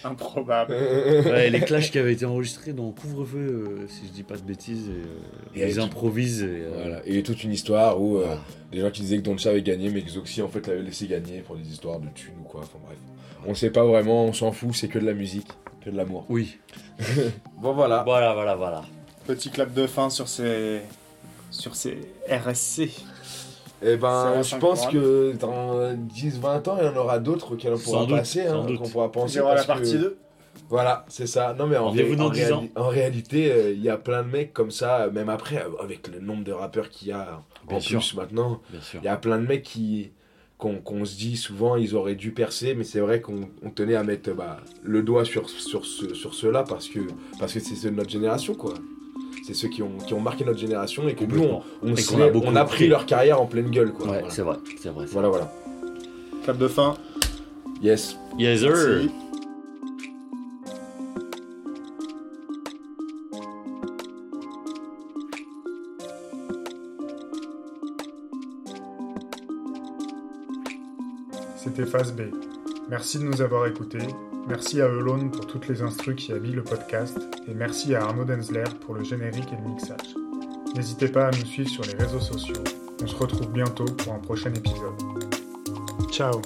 [SPEAKER 2] Improbable.
[SPEAKER 4] Ouais, les clashs qui avaient été enregistrés dans Couvre-feu, euh, si je dis pas de bêtises. Et, euh,
[SPEAKER 5] Et avec-
[SPEAKER 4] ils improvisent. et, euh,
[SPEAKER 5] Voilà. Et il y a toute une histoire où euh, des gens qui disaient que Doncha avait gagné, mais que Zoxy en fait l'avait laissé gagner pour des histoires de thunes ou quoi. Enfin bref. On sait pas vraiment, on s'en fout, c'est que de la musique, que de l'amour.
[SPEAKER 4] Oui.
[SPEAKER 3] Bon, voilà.
[SPEAKER 4] Voilà, voilà, voilà.
[SPEAKER 2] Petit clap de fin sur ces. sur ces RSC.
[SPEAKER 3] Eh ben, je
[SPEAKER 2] 0,5
[SPEAKER 3] pense
[SPEAKER 2] couronne.
[SPEAKER 3] que dans 10-20 ans, il y en aura d'autres auxquels on pourra
[SPEAKER 4] Sans doute,
[SPEAKER 3] passer, hein,
[SPEAKER 4] sans doute.
[SPEAKER 3] qu'on pourra penser.
[SPEAKER 2] Il y aura la
[SPEAKER 3] parce
[SPEAKER 2] partie
[SPEAKER 3] que-
[SPEAKER 2] 2.
[SPEAKER 3] Voilà, c'est ça. Non, mais en,
[SPEAKER 4] Rendez-vous
[SPEAKER 3] réa-
[SPEAKER 4] dans
[SPEAKER 3] en
[SPEAKER 4] 10 ans.
[SPEAKER 3] réali- en réalité, euh, il y a plein de mecs comme ça, euh, même après, euh, avec le nombre de rappeurs qu'il y a en
[SPEAKER 4] Bien
[SPEAKER 3] plus
[SPEAKER 4] sûr.
[SPEAKER 3] maintenant.
[SPEAKER 4] Bien sûr.
[SPEAKER 3] Il y a plein de mecs qui qu'on qu'on se dit souvent ils auraient dû percer mais c'est vrai qu'on on tenait à mettre euh, bah, le doigt sur sur ce sur ceux-là parce que parce que c'est ceux de notre génération quoi c'est ceux qui ont qui ont marqué notre génération et que nous on,
[SPEAKER 4] Complètement.
[SPEAKER 3] on,
[SPEAKER 4] Et
[SPEAKER 3] se
[SPEAKER 4] qu'on a
[SPEAKER 3] l'est-
[SPEAKER 4] beaucoup
[SPEAKER 3] on a pris
[SPEAKER 4] pris.
[SPEAKER 3] leur carrière en pleine gueule quoi
[SPEAKER 4] Ouais,
[SPEAKER 3] Voilà.
[SPEAKER 4] c'est vrai, c'est vrai. c'est vrai.
[SPEAKER 3] Voilà, voilà.
[SPEAKER 2] Clap de fin.
[SPEAKER 3] Yes.
[SPEAKER 4] Yes, sir.
[SPEAKER 2] Merci.
[SPEAKER 1] C'était Phase B. Merci de nous avoir écoutés. Merci à Elone pour toutes les instructions qui habillent le podcast. Et merci à Arnaud Denzler pour le générique et le mixage. N'hésitez pas à nous suivre sur les réseaux sociaux. On se retrouve bientôt pour un prochain épisode. Ciao